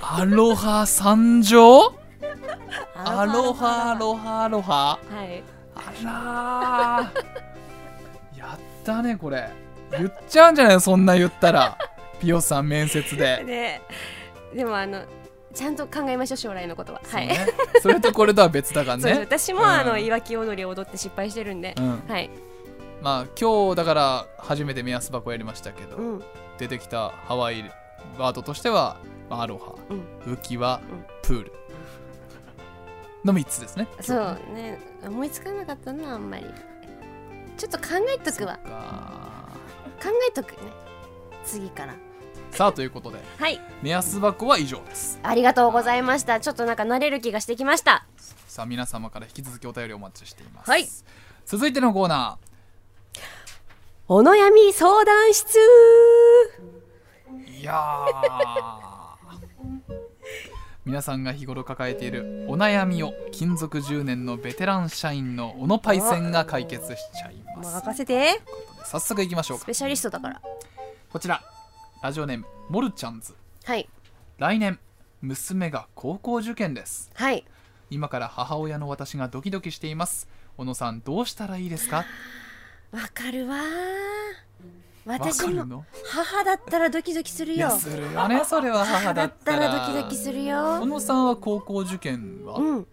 Speaker 1: た
Speaker 2: アロハ参上アロハア
Speaker 1: ハ
Speaker 2: ロハアロハ
Speaker 1: はい
Speaker 2: あらーやったねこれ言っちゃうんじゃないのそんな言ったらピオさん面接で、
Speaker 1: ででもあのちゃんと考えましょう将来のことははい
Speaker 2: そうねそれとこれとは別だか
Speaker 1: そ
Speaker 2: ら
Speaker 1: うです
Speaker 2: ね
Speaker 1: 私も、
Speaker 2: うん
Speaker 1: あのいわき踊りを踊って失敗してるんで
Speaker 2: う、ん、
Speaker 1: はい、
Speaker 2: まあ今日だから初めて目安箱やりましたけど、
Speaker 1: うん、
Speaker 2: 出てきたハワイワードとしては、まあアロハ、浮き輪、
Speaker 1: ん
Speaker 2: プールの3つですね
Speaker 1: そうね思いつかなかったなあんまりちょっと考えとくわ
Speaker 2: そっか
Speaker 1: 考えとくね次から
Speaker 2: さあということで
Speaker 1: はい
Speaker 2: 目安箱は以上です
Speaker 1: ありがとうございましたちょっとなんか慣れる気がしてきました
Speaker 2: さあ皆様から引き続きお便りお待ちしています、
Speaker 1: はい
Speaker 2: 続いてのコーナ
Speaker 1: お悩み相談室
Speaker 2: ーいやー 皆さんが日頃抱えているお悩みを勤続10年のベテラン社員の小野パイセンが解決しちゃいます
Speaker 1: 任せて
Speaker 2: 早速いきましょう
Speaker 1: ス
Speaker 2: か
Speaker 1: ペシャリストだから
Speaker 2: こちらラジオネームモルちゃんズ
Speaker 1: はい
Speaker 2: 来年娘が高校受験です
Speaker 1: はい
Speaker 2: 今から母親の私がドキドキしています小野さんどうしたらいいですか
Speaker 1: わかるわー
Speaker 2: わか
Speaker 1: 私
Speaker 2: る
Speaker 1: も
Speaker 2: の
Speaker 1: 母だったらドキドキする
Speaker 2: い
Speaker 1: よ
Speaker 2: やするよねそれは母だ
Speaker 1: だ
Speaker 2: っ
Speaker 1: ったた
Speaker 2: ら
Speaker 1: らドキドキする
Speaker 2: 小
Speaker 1: よ
Speaker 2: 野さんは高校受験は
Speaker 1: うん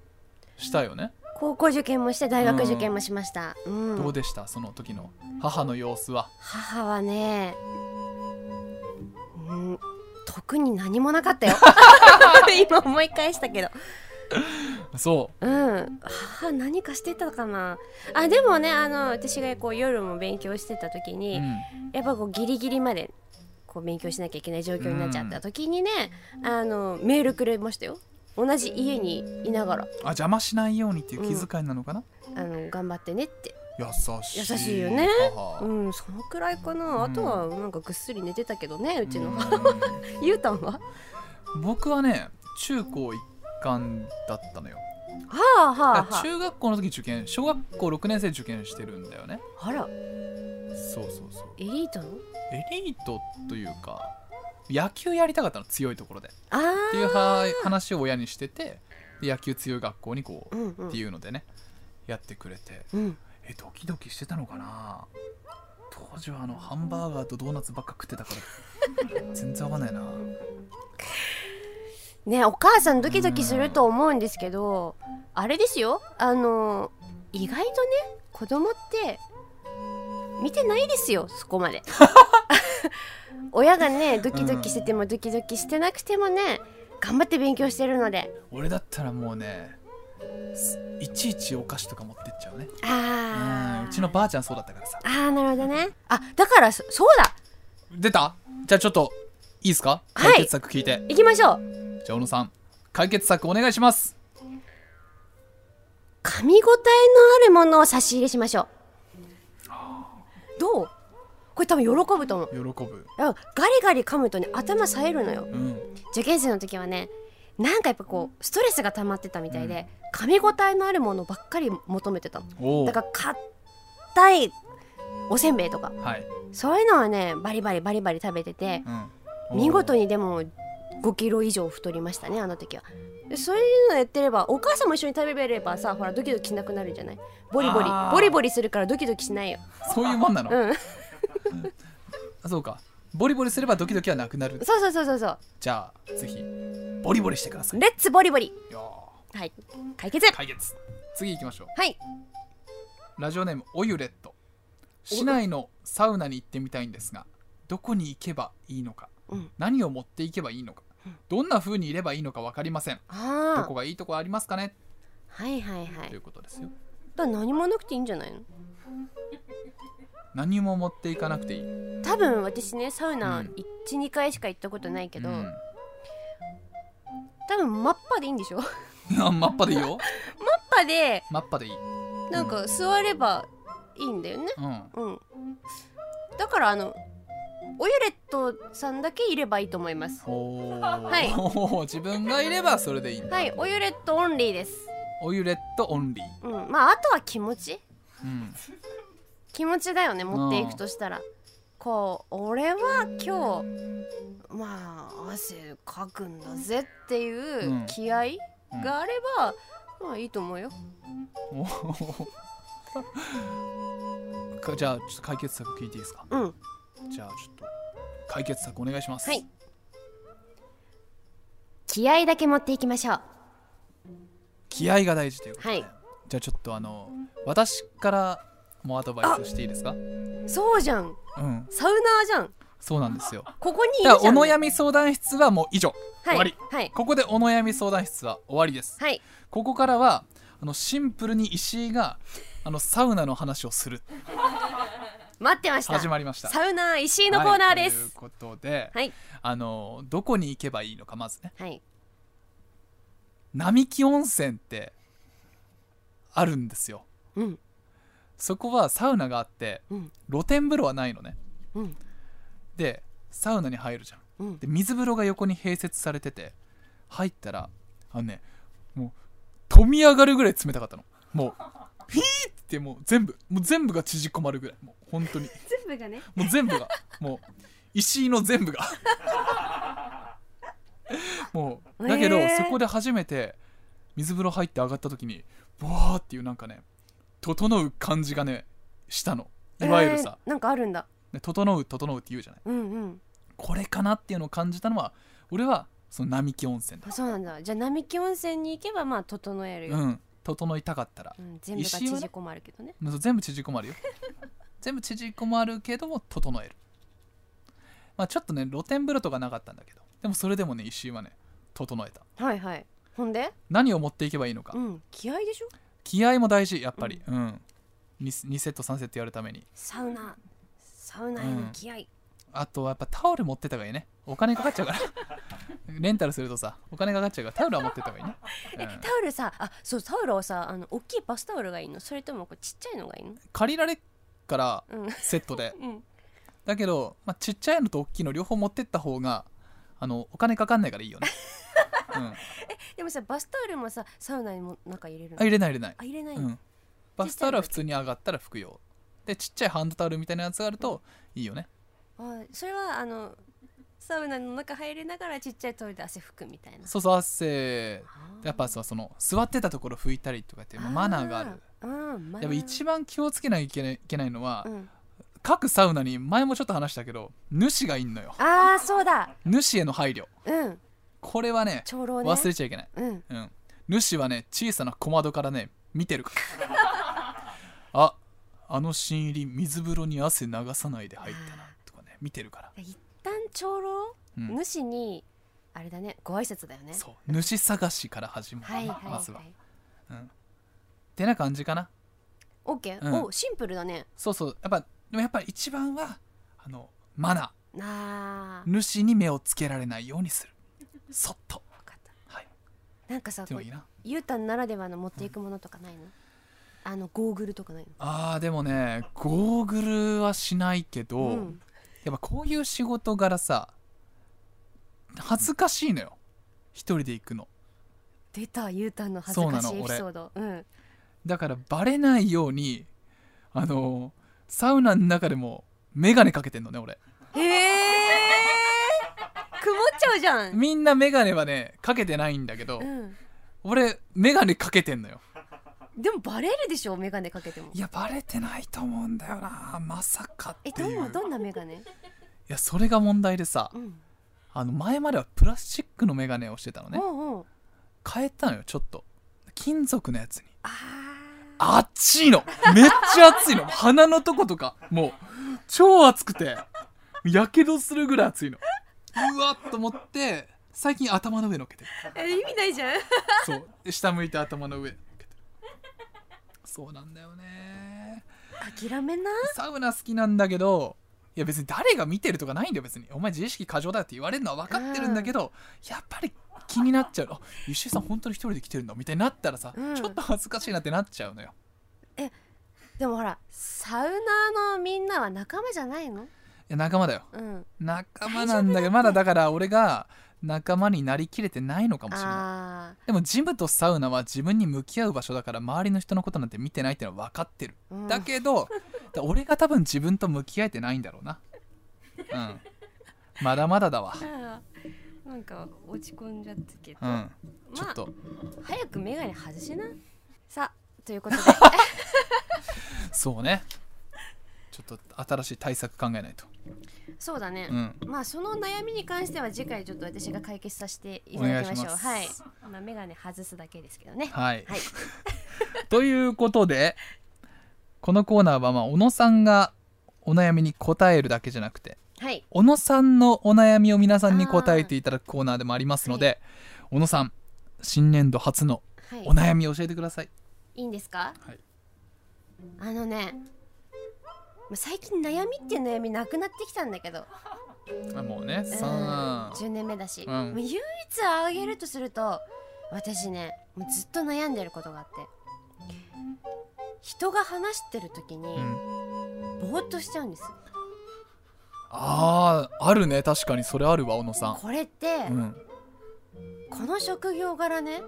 Speaker 2: したよね、
Speaker 1: 高校受験もして大学受験もしました、うん
Speaker 2: どうでしたその時の母の様子は
Speaker 1: 母はね、うん、特に何もなか ったよ今思い返したけど
Speaker 2: そ
Speaker 1: うん母何かしてたかなあでもねあの私がこう夜も勉強してた時
Speaker 2: う、う
Speaker 1: に、
Speaker 2: ん、
Speaker 1: やっぱこうギリギリまでこう勉強しなきゃいけない状況になっちゃった時にね、あのメールくれましたよ同じ家にいながら
Speaker 2: あ邪魔しないようにっていう気遣いなのかな、
Speaker 1: あの頑張ってねって
Speaker 2: 優しい
Speaker 1: 優しいよね
Speaker 2: 母
Speaker 1: うんそのくらいかなあとはなんかぐっすり寝てたけどねうちの 母、
Speaker 2: うん
Speaker 1: ゆうたんは
Speaker 2: 僕はね中高一貫だったのよ
Speaker 1: はあはあ
Speaker 2: だから
Speaker 1: は
Speaker 2: 中学校の時受験小学校6年生受験してるんだよね
Speaker 1: ああら
Speaker 2: そうそうそう
Speaker 1: エリートの
Speaker 2: エリートというか野球やりたかったの強いところでっ
Speaker 1: ああ
Speaker 2: ていうは話を親にしててで野球強い学校にこ
Speaker 1: うんう
Speaker 2: うって
Speaker 1: ん
Speaker 2: いうのでねやってくれて
Speaker 1: うん
Speaker 2: えドキドキしてたのかな当時はあのハンバーガーとドーナツばっか食ってたから全然わかんないな
Speaker 1: ねお母さんドキドキすると思うんですけど、あれですよあの意外とね子供って見てないですよそこま で親がねドキドキしててもドキドキしてなくてもね頑張って勉強してるので
Speaker 2: 俺だったらもうねすいちいちお菓子とか持ってっちゃうねう
Speaker 1: あー
Speaker 2: んうちのばあちゃんそうだったからさ
Speaker 1: あーなるほどねあだからそそうだ
Speaker 2: 出たじゃあちょっといいですか
Speaker 1: はい
Speaker 2: 解決策聞いて、
Speaker 1: 行きましょう
Speaker 2: じゃあ小野さん解決策お願いします
Speaker 1: 噛み応えのあるものを差し入れしましょうどうこれ多分喜ぶと思う
Speaker 2: 喜ぶ
Speaker 1: あガリガリ噛むとね頭冴えるのよ
Speaker 2: うん
Speaker 1: 受験生の時はねなんかやっぱこうストレスが溜まってたみたいで、噛み応えのあるものばっかり求めてたの
Speaker 2: おお
Speaker 1: だから硬いおせんべいとか
Speaker 2: はい、
Speaker 1: そういうのはねバリバリバリバリ食べてて
Speaker 2: うん、
Speaker 1: 見事
Speaker 2: に
Speaker 1: にでも5キロ以上太りましたねあの時はでそういうのやってればお母さんも一緒に食べればさほらドキドキしなくなるじゃないボリボリ
Speaker 2: あー
Speaker 1: ボリボリするからドキドキしないよ
Speaker 2: そういうもんなの、
Speaker 1: うん
Speaker 2: あそうかボリボリすればドキドキはなくなる
Speaker 1: そうそうそうそうそう
Speaker 2: じゃあぜひボリボリしてください
Speaker 1: レッツボリボリ
Speaker 2: いやー
Speaker 1: はい解決
Speaker 2: 解決次行きましょ
Speaker 1: はい、
Speaker 2: うラジオネームオユレット市内のサウナに行ってみたいんですがどこに行けばいいのか
Speaker 1: うん、
Speaker 2: 何を持っていけばいいのかどんな風にいればいいのか分かりませんど
Speaker 1: ああ
Speaker 2: こがいいとこありますかね
Speaker 1: はいはいはい
Speaker 2: ということですよ
Speaker 1: だから何もなくていいんじゃないの
Speaker 2: 何も持っていかなくていい
Speaker 1: 多分私ねサウナ
Speaker 2: うん
Speaker 1: 12、2回しか行ったことないけど、
Speaker 2: うん
Speaker 1: 多分マッパでいいんでしょ マッ
Speaker 2: あマッパでいいよ
Speaker 1: パで
Speaker 2: マッパでいい
Speaker 1: なんか座ればいいんだよね
Speaker 2: うん
Speaker 1: うんだからあのオユレットさんだけいればいいと思います
Speaker 2: お
Speaker 1: い
Speaker 2: お自分がいればそれでいいんだ
Speaker 1: はいオユレットオンリーです
Speaker 2: おゆレットオンリー、
Speaker 1: うんまああとは気持ち
Speaker 2: うん、
Speaker 1: 気持ちだよね持っていくとしたらこう俺は今日まあ汗かくんだぜっていううん気合があれば、まあいいと思うよ
Speaker 2: おー かじゃあちょっと解決策聞いていいですか
Speaker 1: うん
Speaker 2: じゃあちょっと解決策お願いします
Speaker 1: はい気合だけ持っていきましょう
Speaker 2: 気合が大事ということで、
Speaker 1: はい
Speaker 2: じゃあちょっとあの私からもアドバイスしていいですか
Speaker 1: そうじゃん
Speaker 2: うん
Speaker 1: サウナーじゃん
Speaker 2: そうなんですよ
Speaker 1: ここにい
Speaker 2: じゃ
Speaker 1: る
Speaker 2: あお
Speaker 1: じゃん
Speaker 2: 悩み相談室はもう以上
Speaker 1: はい
Speaker 2: 終わり
Speaker 1: はい
Speaker 2: ここでお悩み相談室は終わりです
Speaker 1: はい
Speaker 2: ここからはあのシンプルに石井があのサウナの話をする
Speaker 1: 待ってました
Speaker 2: 始まりました
Speaker 1: サウナー石井のコーナーで
Speaker 2: はいという
Speaker 1: す
Speaker 2: ことで、
Speaker 1: はい
Speaker 2: あのどこに行けばいいのかまずね
Speaker 1: はい
Speaker 2: 並木温泉ってあるんですよ
Speaker 1: うん
Speaker 2: そこはサウナがあって
Speaker 1: うん
Speaker 2: 露天風呂はないのね
Speaker 1: うん
Speaker 2: でサウナに入るじゃん
Speaker 1: うん
Speaker 2: で水風呂が横に併設されてて入ったらあのねもう飛び上がるぐらい冷たかったのもう ヒーってもう全部もう全部が縮こまるぐらいもう本当に
Speaker 1: 全部がね
Speaker 2: もう全部がもう石井の全部がもうだけど、
Speaker 1: えー
Speaker 2: そこで初めて水風呂入って上がった時にわーっていうなんかね整う感じがねしたのいわゆるさ、
Speaker 1: えーなんかあるんだ
Speaker 2: ね整う整うって言うじゃない
Speaker 1: うんうん
Speaker 2: これかなっていうのを感じたのは俺はその並木温泉だ
Speaker 1: あそうなんだじゃあ並木温泉に行けばまあ整えるよ、
Speaker 2: うん整いたかったら
Speaker 1: うん全部が縮こまるけどね
Speaker 2: まあそう全部縮こまるよ 全部縮こまるけども整えるまあちょっとね露天風呂とかなかったんだけどでもそれでもね石井はね整えた
Speaker 1: はいはいほんで
Speaker 2: 何を持っていけばいいのか、
Speaker 1: うん気合でしょ
Speaker 2: 気合も大事やっぱりうん、2, セット3セットやるために
Speaker 1: サウナサウナへの気合、
Speaker 2: あとはやっぱタオル持ってた方がいいねお金かかっちゃうから レンタルするとさお金かかっちゃうからタオルは持ってった方がいいね、う ん
Speaker 1: タオルさあそうタオルをさあの大きいバスタオルがいいのそれともこうちっちゃいのがいいの
Speaker 2: 借りられっから
Speaker 1: うん
Speaker 2: セットで
Speaker 1: うん
Speaker 2: だけど、まあ、ちっちゃいのと大きいの両方持ってった方があのお金かかんないからいいよね、うん、
Speaker 1: でもさバスタオルもさサウナにも中入れるの
Speaker 2: あ入れない入れない
Speaker 1: あ入れない、
Speaker 2: う
Speaker 1: うん
Speaker 2: ん、バスタオルは普通に上がったら服用でちっちゃいハンドタオルみたいなやつがあるといいよね
Speaker 1: あそれはあのサウナの中入りながらちっちゃいトイレで汗拭くみたいな
Speaker 2: そうそう汗
Speaker 1: あー
Speaker 2: やっぱそうその座ってたところ拭いたりとかっていうまあマナーがある
Speaker 1: あーうんマナー
Speaker 2: でも一番気をつけないといけないいけないのは、
Speaker 1: うん
Speaker 2: 各サウナに前もちょっと話したけど主がいんのよ
Speaker 1: ああそうだ
Speaker 2: 主への配慮
Speaker 1: うん
Speaker 2: これはね
Speaker 1: 長老ね
Speaker 2: 忘れちゃいけない、
Speaker 1: うん
Speaker 2: うん、主はね小さな小窓からね見 てるからああの新入り水風呂に汗流さないで入ったなとかね見てるから、
Speaker 1: 一旦長老、
Speaker 2: うん
Speaker 1: 主にあれだねご挨拶だよね
Speaker 2: そう主探しから始まる、
Speaker 1: はいはい
Speaker 2: ま
Speaker 1: は
Speaker 2: ずはっ
Speaker 1: い
Speaker 2: てな感じかな
Speaker 1: オッケー、
Speaker 2: うん
Speaker 1: おシンプルだね
Speaker 2: そうそうやっぱでもやっぱり一番はあのマナ
Speaker 1: なあ
Speaker 2: ー主に目をつけられないようにするそっと
Speaker 1: 分かった
Speaker 2: はい
Speaker 1: なんかさ
Speaker 2: で
Speaker 1: こ
Speaker 2: も
Speaker 1: う
Speaker 2: いいな
Speaker 1: ゆうたんならではの持っていくものとかないの、あのゴーグルとかないの
Speaker 2: あーでもねゴーグルはしないけど、
Speaker 1: うん
Speaker 2: やっぱこういう仕事柄さ恥ずかしいのよ一人で行くの
Speaker 1: 出たゆうたんの恥ずかしいエピソードうん
Speaker 2: だからバレないようにあのサウナの中でも眼鏡かけてんのね俺
Speaker 1: ええー、曇っちゃうじゃん、
Speaker 2: みんな眼鏡はねかけてないんだけど、
Speaker 1: うん、
Speaker 2: 俺眼鏡かけてんのよ
Speaker 1: でもバレるでしょメガネかけても
Speaker 2: いやバレてないと思うんだよなまさか
Speaker 1: え
Speaker 2: って
Speaker 1: どん
Speaker 2: いう
Speaker 1: ないどんなメガネ
Speaker 2: やそれが問題でさ
Speaker 1: うん
Speaker 2: あの前まではプラスチックの眼鏡をしてたのね
Speaker 1: おうおう
Speaker 2: 変えたのよちょっと金属のやつに
Speaker 1: あ
Speaker 2: 熱いのめっちゃ 熱いの鼻のとことかもう超熱くてやけどするぐらい熱いのうわっと思って最近頭の上乗っけてる
Speaker 1: ーえ意味ないじゃん
Speaker 2: そうで下向いて頭の上乗っけてるそうなんだよね
Speaker 1: 諦めな
Speaker 2: サウナ好きなんだけどいや別に誰が見てるとかないんだよ別にお前自意識過剰だよって言われるのは分かってるんだけど、やっぱり気になっちゃうのあ石井さん本当に一人で来てるのみたいになったらさ、
Speaker 1: うん
Speaker 2: ちょっと恥ずかしいなってなっちゃうのよ
Speaker 1: でもほらサウナーのみんなは仲間じゃないの
Speaker 2: いや仲間だよ
Speaker 1: うん
Speaker 2: 仲間な んだけどまだだから俺が仲間になりきれてないのかもしれな
Speaker 1: あ
Speaker 2: いでもジムとサウナは自分に向き合う場所だから周りの人のことなんて見てないってのは分かってる、
Speaker 1: ー、うん、
Speaker 2: だけどだ俺が多分自分と向き合えてないんだろうなうんまだまだだわ
Speaker 1: あーなんか落ち込んじゃったけど、
Speaker 2: うんちょ
Speaker 1: ま
Speaker 2: っ
Speaker 1: あ
Speaker 2: と、
Speaker 1: 早くメガネ外しなさあという ことで
Speaker 2: そうねちょっと新しい対策考えないと
Speaker 1: そうだね、
Speaker 2: うん
Speaker 1: まあその悩みに関しては次回ちょっと私が解決させていただきましょう
Speaker 2: お願いします
Speaker 1: はい、まあ、メガネ外すだけですけどね
Speaker 2: はい、
Speaker 1: はい
Speaker 2: ということでこのコーナーはまあ小野さんがお悩みに答えるだけじゃなくて
Speaker 1: はい
Speaker 2: 小野さんのお悩みを皆さんに答えていただくコーナーでもありますので、小野さん新年度初の
Speaker 1: はい
Speaker 2: お悩み教えてください、
Speaker 1: いいんですか、
Speaker 2: はい
Speaker 1: あのねまあ最近悩みっていう悩みなくなってきたんだけど、
Speaker 2: あもうね
Speaker 1: うん、
Speaker 2: さあ
Speaker 1: 10年目だし、
Speaker 2: うん
Speaker 1: もう唯一あげるとすると私ねもうずっと悩んでることがあって人が話してる時に
Speaker 2: うん
Speaker 1: ぼーっとしちゃうんです、
Speaker 2: あーあるね確かにそれあるわ小野さん
Speaker 1: これって、
Speaker 2: うん
Speaker 1: この職業柄ね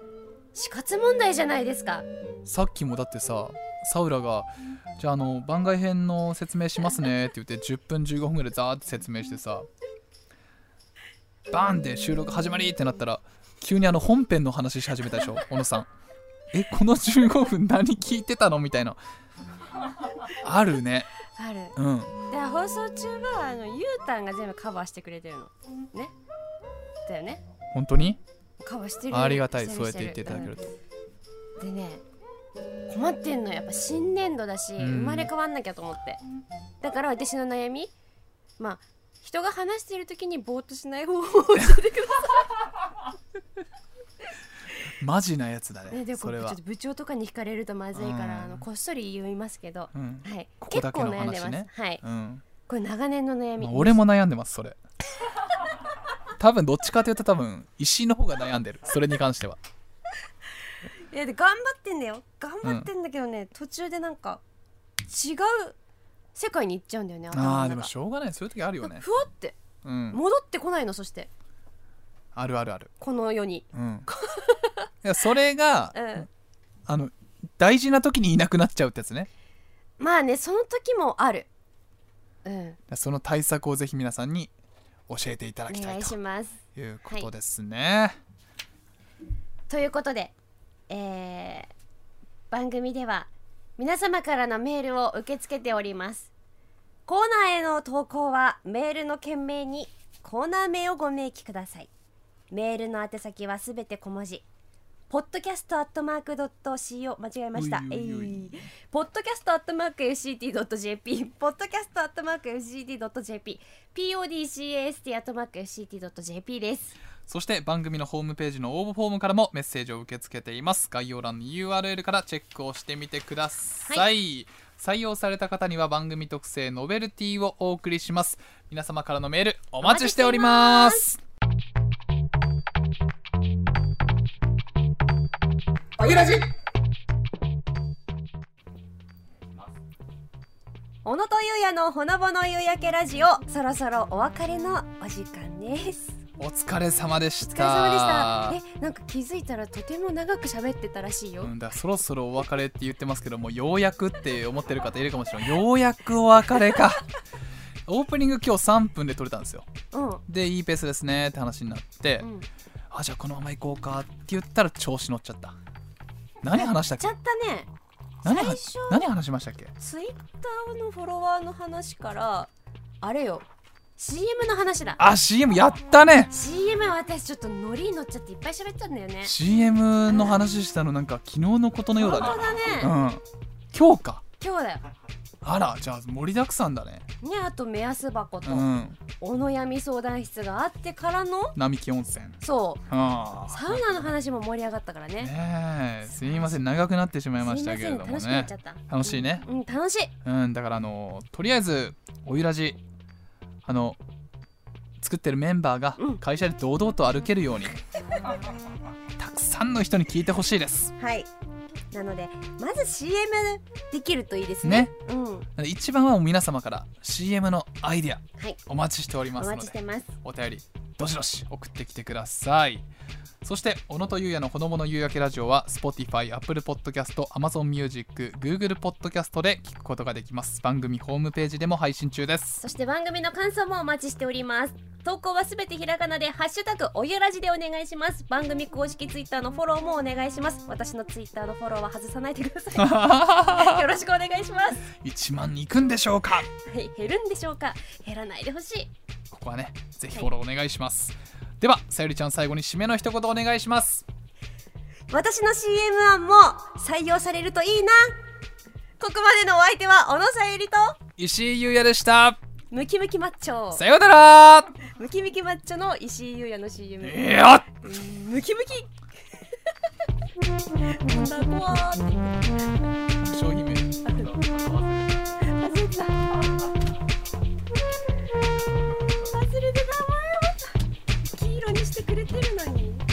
Speaker 1: 死活問題じゃないですか
Speaker 2: さっきもだってさサウラが「じゃああの番外編の説明しますね」って言って10分15分ぐらいザーって説明してさバーンって収録始まりってなったら急にあの本編の話し始めたでしょ小野さん。えこの15分何聞いてたのみたいなあるね
Speaker 1: ある
Speaker 2: うん
Speaker 1: で放送中はあのゆうたんが全部カバーしてくれてるのねだよね
Speaker 2: 本当に
Speaker 1: カバーしてる
Speaker 2: ありがたい
Speaker 1: しる
Speaker 2: そうやって言っていただけると
Speaker 1: うんでね困ってんのやっぱ新年度だし、
Speaker 2: ん
Speaker 1: 生まれ変わんなきゃと思ってだから私の悩みまあ人が話してる時にぼーっとしない方法を教えてくだ
Speaker 2: マジなやつだ
Speaker 1: さい、ね、で
Speaker 2: ね
Speaker 1: もこ
Speaker 2: そ
Speaker 1: れ
Speaker 2: れ
Speaker 1: ちょ
Speaker 2: は
Speaker 1: っと部長とかに惹かれるとまずいから、
Speaker 2: うん
Speaker 1: あのこっそり言いますけど、
Speaker 2: うん、
Speaker 1: はい、
Speaker 2: ここだけの
Speaker 1: 結構悩
Speaker 2: 話ね
Speaker 1: んでます、はい、
Speaker 2: うん
Speaker 1: これ長年の悩み、
Speaker 2: まあ俺も悩んでますそれ多分どっちかというと多分石井の方が悩んでるそれに関してはい
Speaker 1: やで頑張ってんだよ頑張ってんだけどね、途中でなんか違う世界に行っちゃうんだよね頭の
Speaker 2: あ
Speaker 1: 中
Speaker 2: ーでもしょうがないそういう時あるよね
Speaker 1: ふわって
Speaker 2: うん
Speaker 1: 戻ってこないのそして
Speaker 2: あるあるある
Speaker 1: この世に
Speaker 2: うんいやそれが
Speaker 1: うん
Speaker 2: あの大事な時にいなくなっちゃうってやつね
Speaker 1: まあねその時もあるうん
Speaker 2: その対策をぜひ皆さんに教えていただ
Speaker 1: お
Speaker 2: きた
Speaker 1: 願
Speaker 2: い
Speaker 1: いします
Speaker 2: ということですね
Speaker 1: ということで、えー番組では皆様からのメールを受け付けておりますコーナーへの投稿はメールの件名にコーナー名をご明記くださいメールの宛先はすべて小文字 podcast.mark.co 間違えました
Speaker 2: ういおいおい
Speaker 1: podcast.mark.fct.jp podcast.mark.fct.jp podcast.mark.fct.jp です
Speaker 2: そして番組のホームページの応募フォームからもメッセージを受け付けています概要欄の URL からチェックをしてみてください、
Speaker 1: は
Speaker 2: 採用された方には番組特製ノベルティをお送りします皆様からのメールお待ちしております
Speaker 3: あげラジ
Speaker 1: 小野とゆうやのほのぼの夕焼けラジオそろそろお別れのお時間です
Speaker 2: お疲れ様でし
Speaker 1: お疲
Speaker 2: た
Speaker 1: れ様でしたえなんか気づいたらとても長く喋ってたらしいよ、
Speaker 2: うん、だからそろそろお別れって言ってますけどもようやくって思ってる方いるかもしれないようやくお別れかオープニング今日3分で撮れたんですよ
Speaker 1: うんうん
Speaker 2: でいいペースですねって話になって、あじゃあこのまま行こうかって言ったら調子乗っちゃった何話したっ
Speaker 1: ち
Speaker 2: け
Speaker 1: ゃったね
Speaker 2: 何
Speaker 1: 最
Speaker 2: は
Speaker 1: 初
Speaker 2: 何話しましたっけ
Speaker 1: ツイッターのフォロワーの話からあれよ CM の話だ
Speaker 2: あ CM やったね
Speaker 1: CM は私ちょっとノリに乗っちゃっていっぱい喋ったんだよね
Speaker 2: CM の話したのなんか昨日のことのよう
Speaker 1: 本当
Speaker 2: だね
Speaker 1: だね、
Speaker 2: うん今日か
Speaker 1: 今日だよ
Speaker 2: あらじゃあ盛りだくさんだね
Speaker 1: ねあと目安箱と、
Speaker 2: うん
Speaker 1: お悩み相談室があってからの
Speaker 2: 並木温泉
Speaker 1: そう
Speaker 2: ああ
Speaker 1: サウナの話も盛り上がったからね
Speaker 2: ねえすいません長くなってしまいましたけれども
Speaker 1: すいません楽しくな
Speaker 2: ね
Speaker 1: っちゃった
Speaker 2: 楽しいね
Speaker 1: うん、うん楽しい
Speaker 2: うんだからあのとりあえずおゆらじあの作ってるメンバーが
Speaker 1: うん
Speaker 2: 会社で堂々と歩けるように、たくさんの人に聞いてほしいです
Speaker 1: はいなのでまず CM できるといいですね
Speaker 2: ね
Speaker 1: うん
Speaker 2: なので一番はもう皆様から CM のアイディア
Speaker 1: はい
Speaker 2: お待ちしており
Speaker 1: お
Speaker 2: ますの
Speaker 1: 待
Speaker 2: で
Speaker 1: ちしてます
Speaker 2: お便りどしどし送ってきてくださいそして小野とゆうやの子供の夕焼けラジオは Spotify、Apple Podcast、Amazon Music、Google Podcast で聞くことができます番組ホームページでも配信中で す
Speaker 1: そして番組の感想もお待ちしております投稿はすべてひらがなでハッシュタグおゆらじでお願いします番組公式ツイッターのフォローもお願いします私のツイッターのフォローは外さないでくだ さいよろしくお願いします
Speaker 2: 1万人いくんでしょうか
Speaker 1: はい減るんでしょうか減らないでほしい
Speaker 2: ここはねぜひフォローお願いします、ではさゆりちゃん最後に締めの一言お願いします
Speaker 1: 私の CM 案も採用されるといいなここまでのお相手は小野さゆりと
Speaker 2: 石井優也でした
Speaker 1: ムキムキマッチョ
Speaker 2: さようなら
Speaker 1: ムキムキマッチョの石井優也の CM
Speaker 2: いやっ
Speaker 1: ムキムキまた怖ーって
Speaker 2: 商品名
Speaker 1: 忘れてた忘れてた前は黄色にしてくれてるのに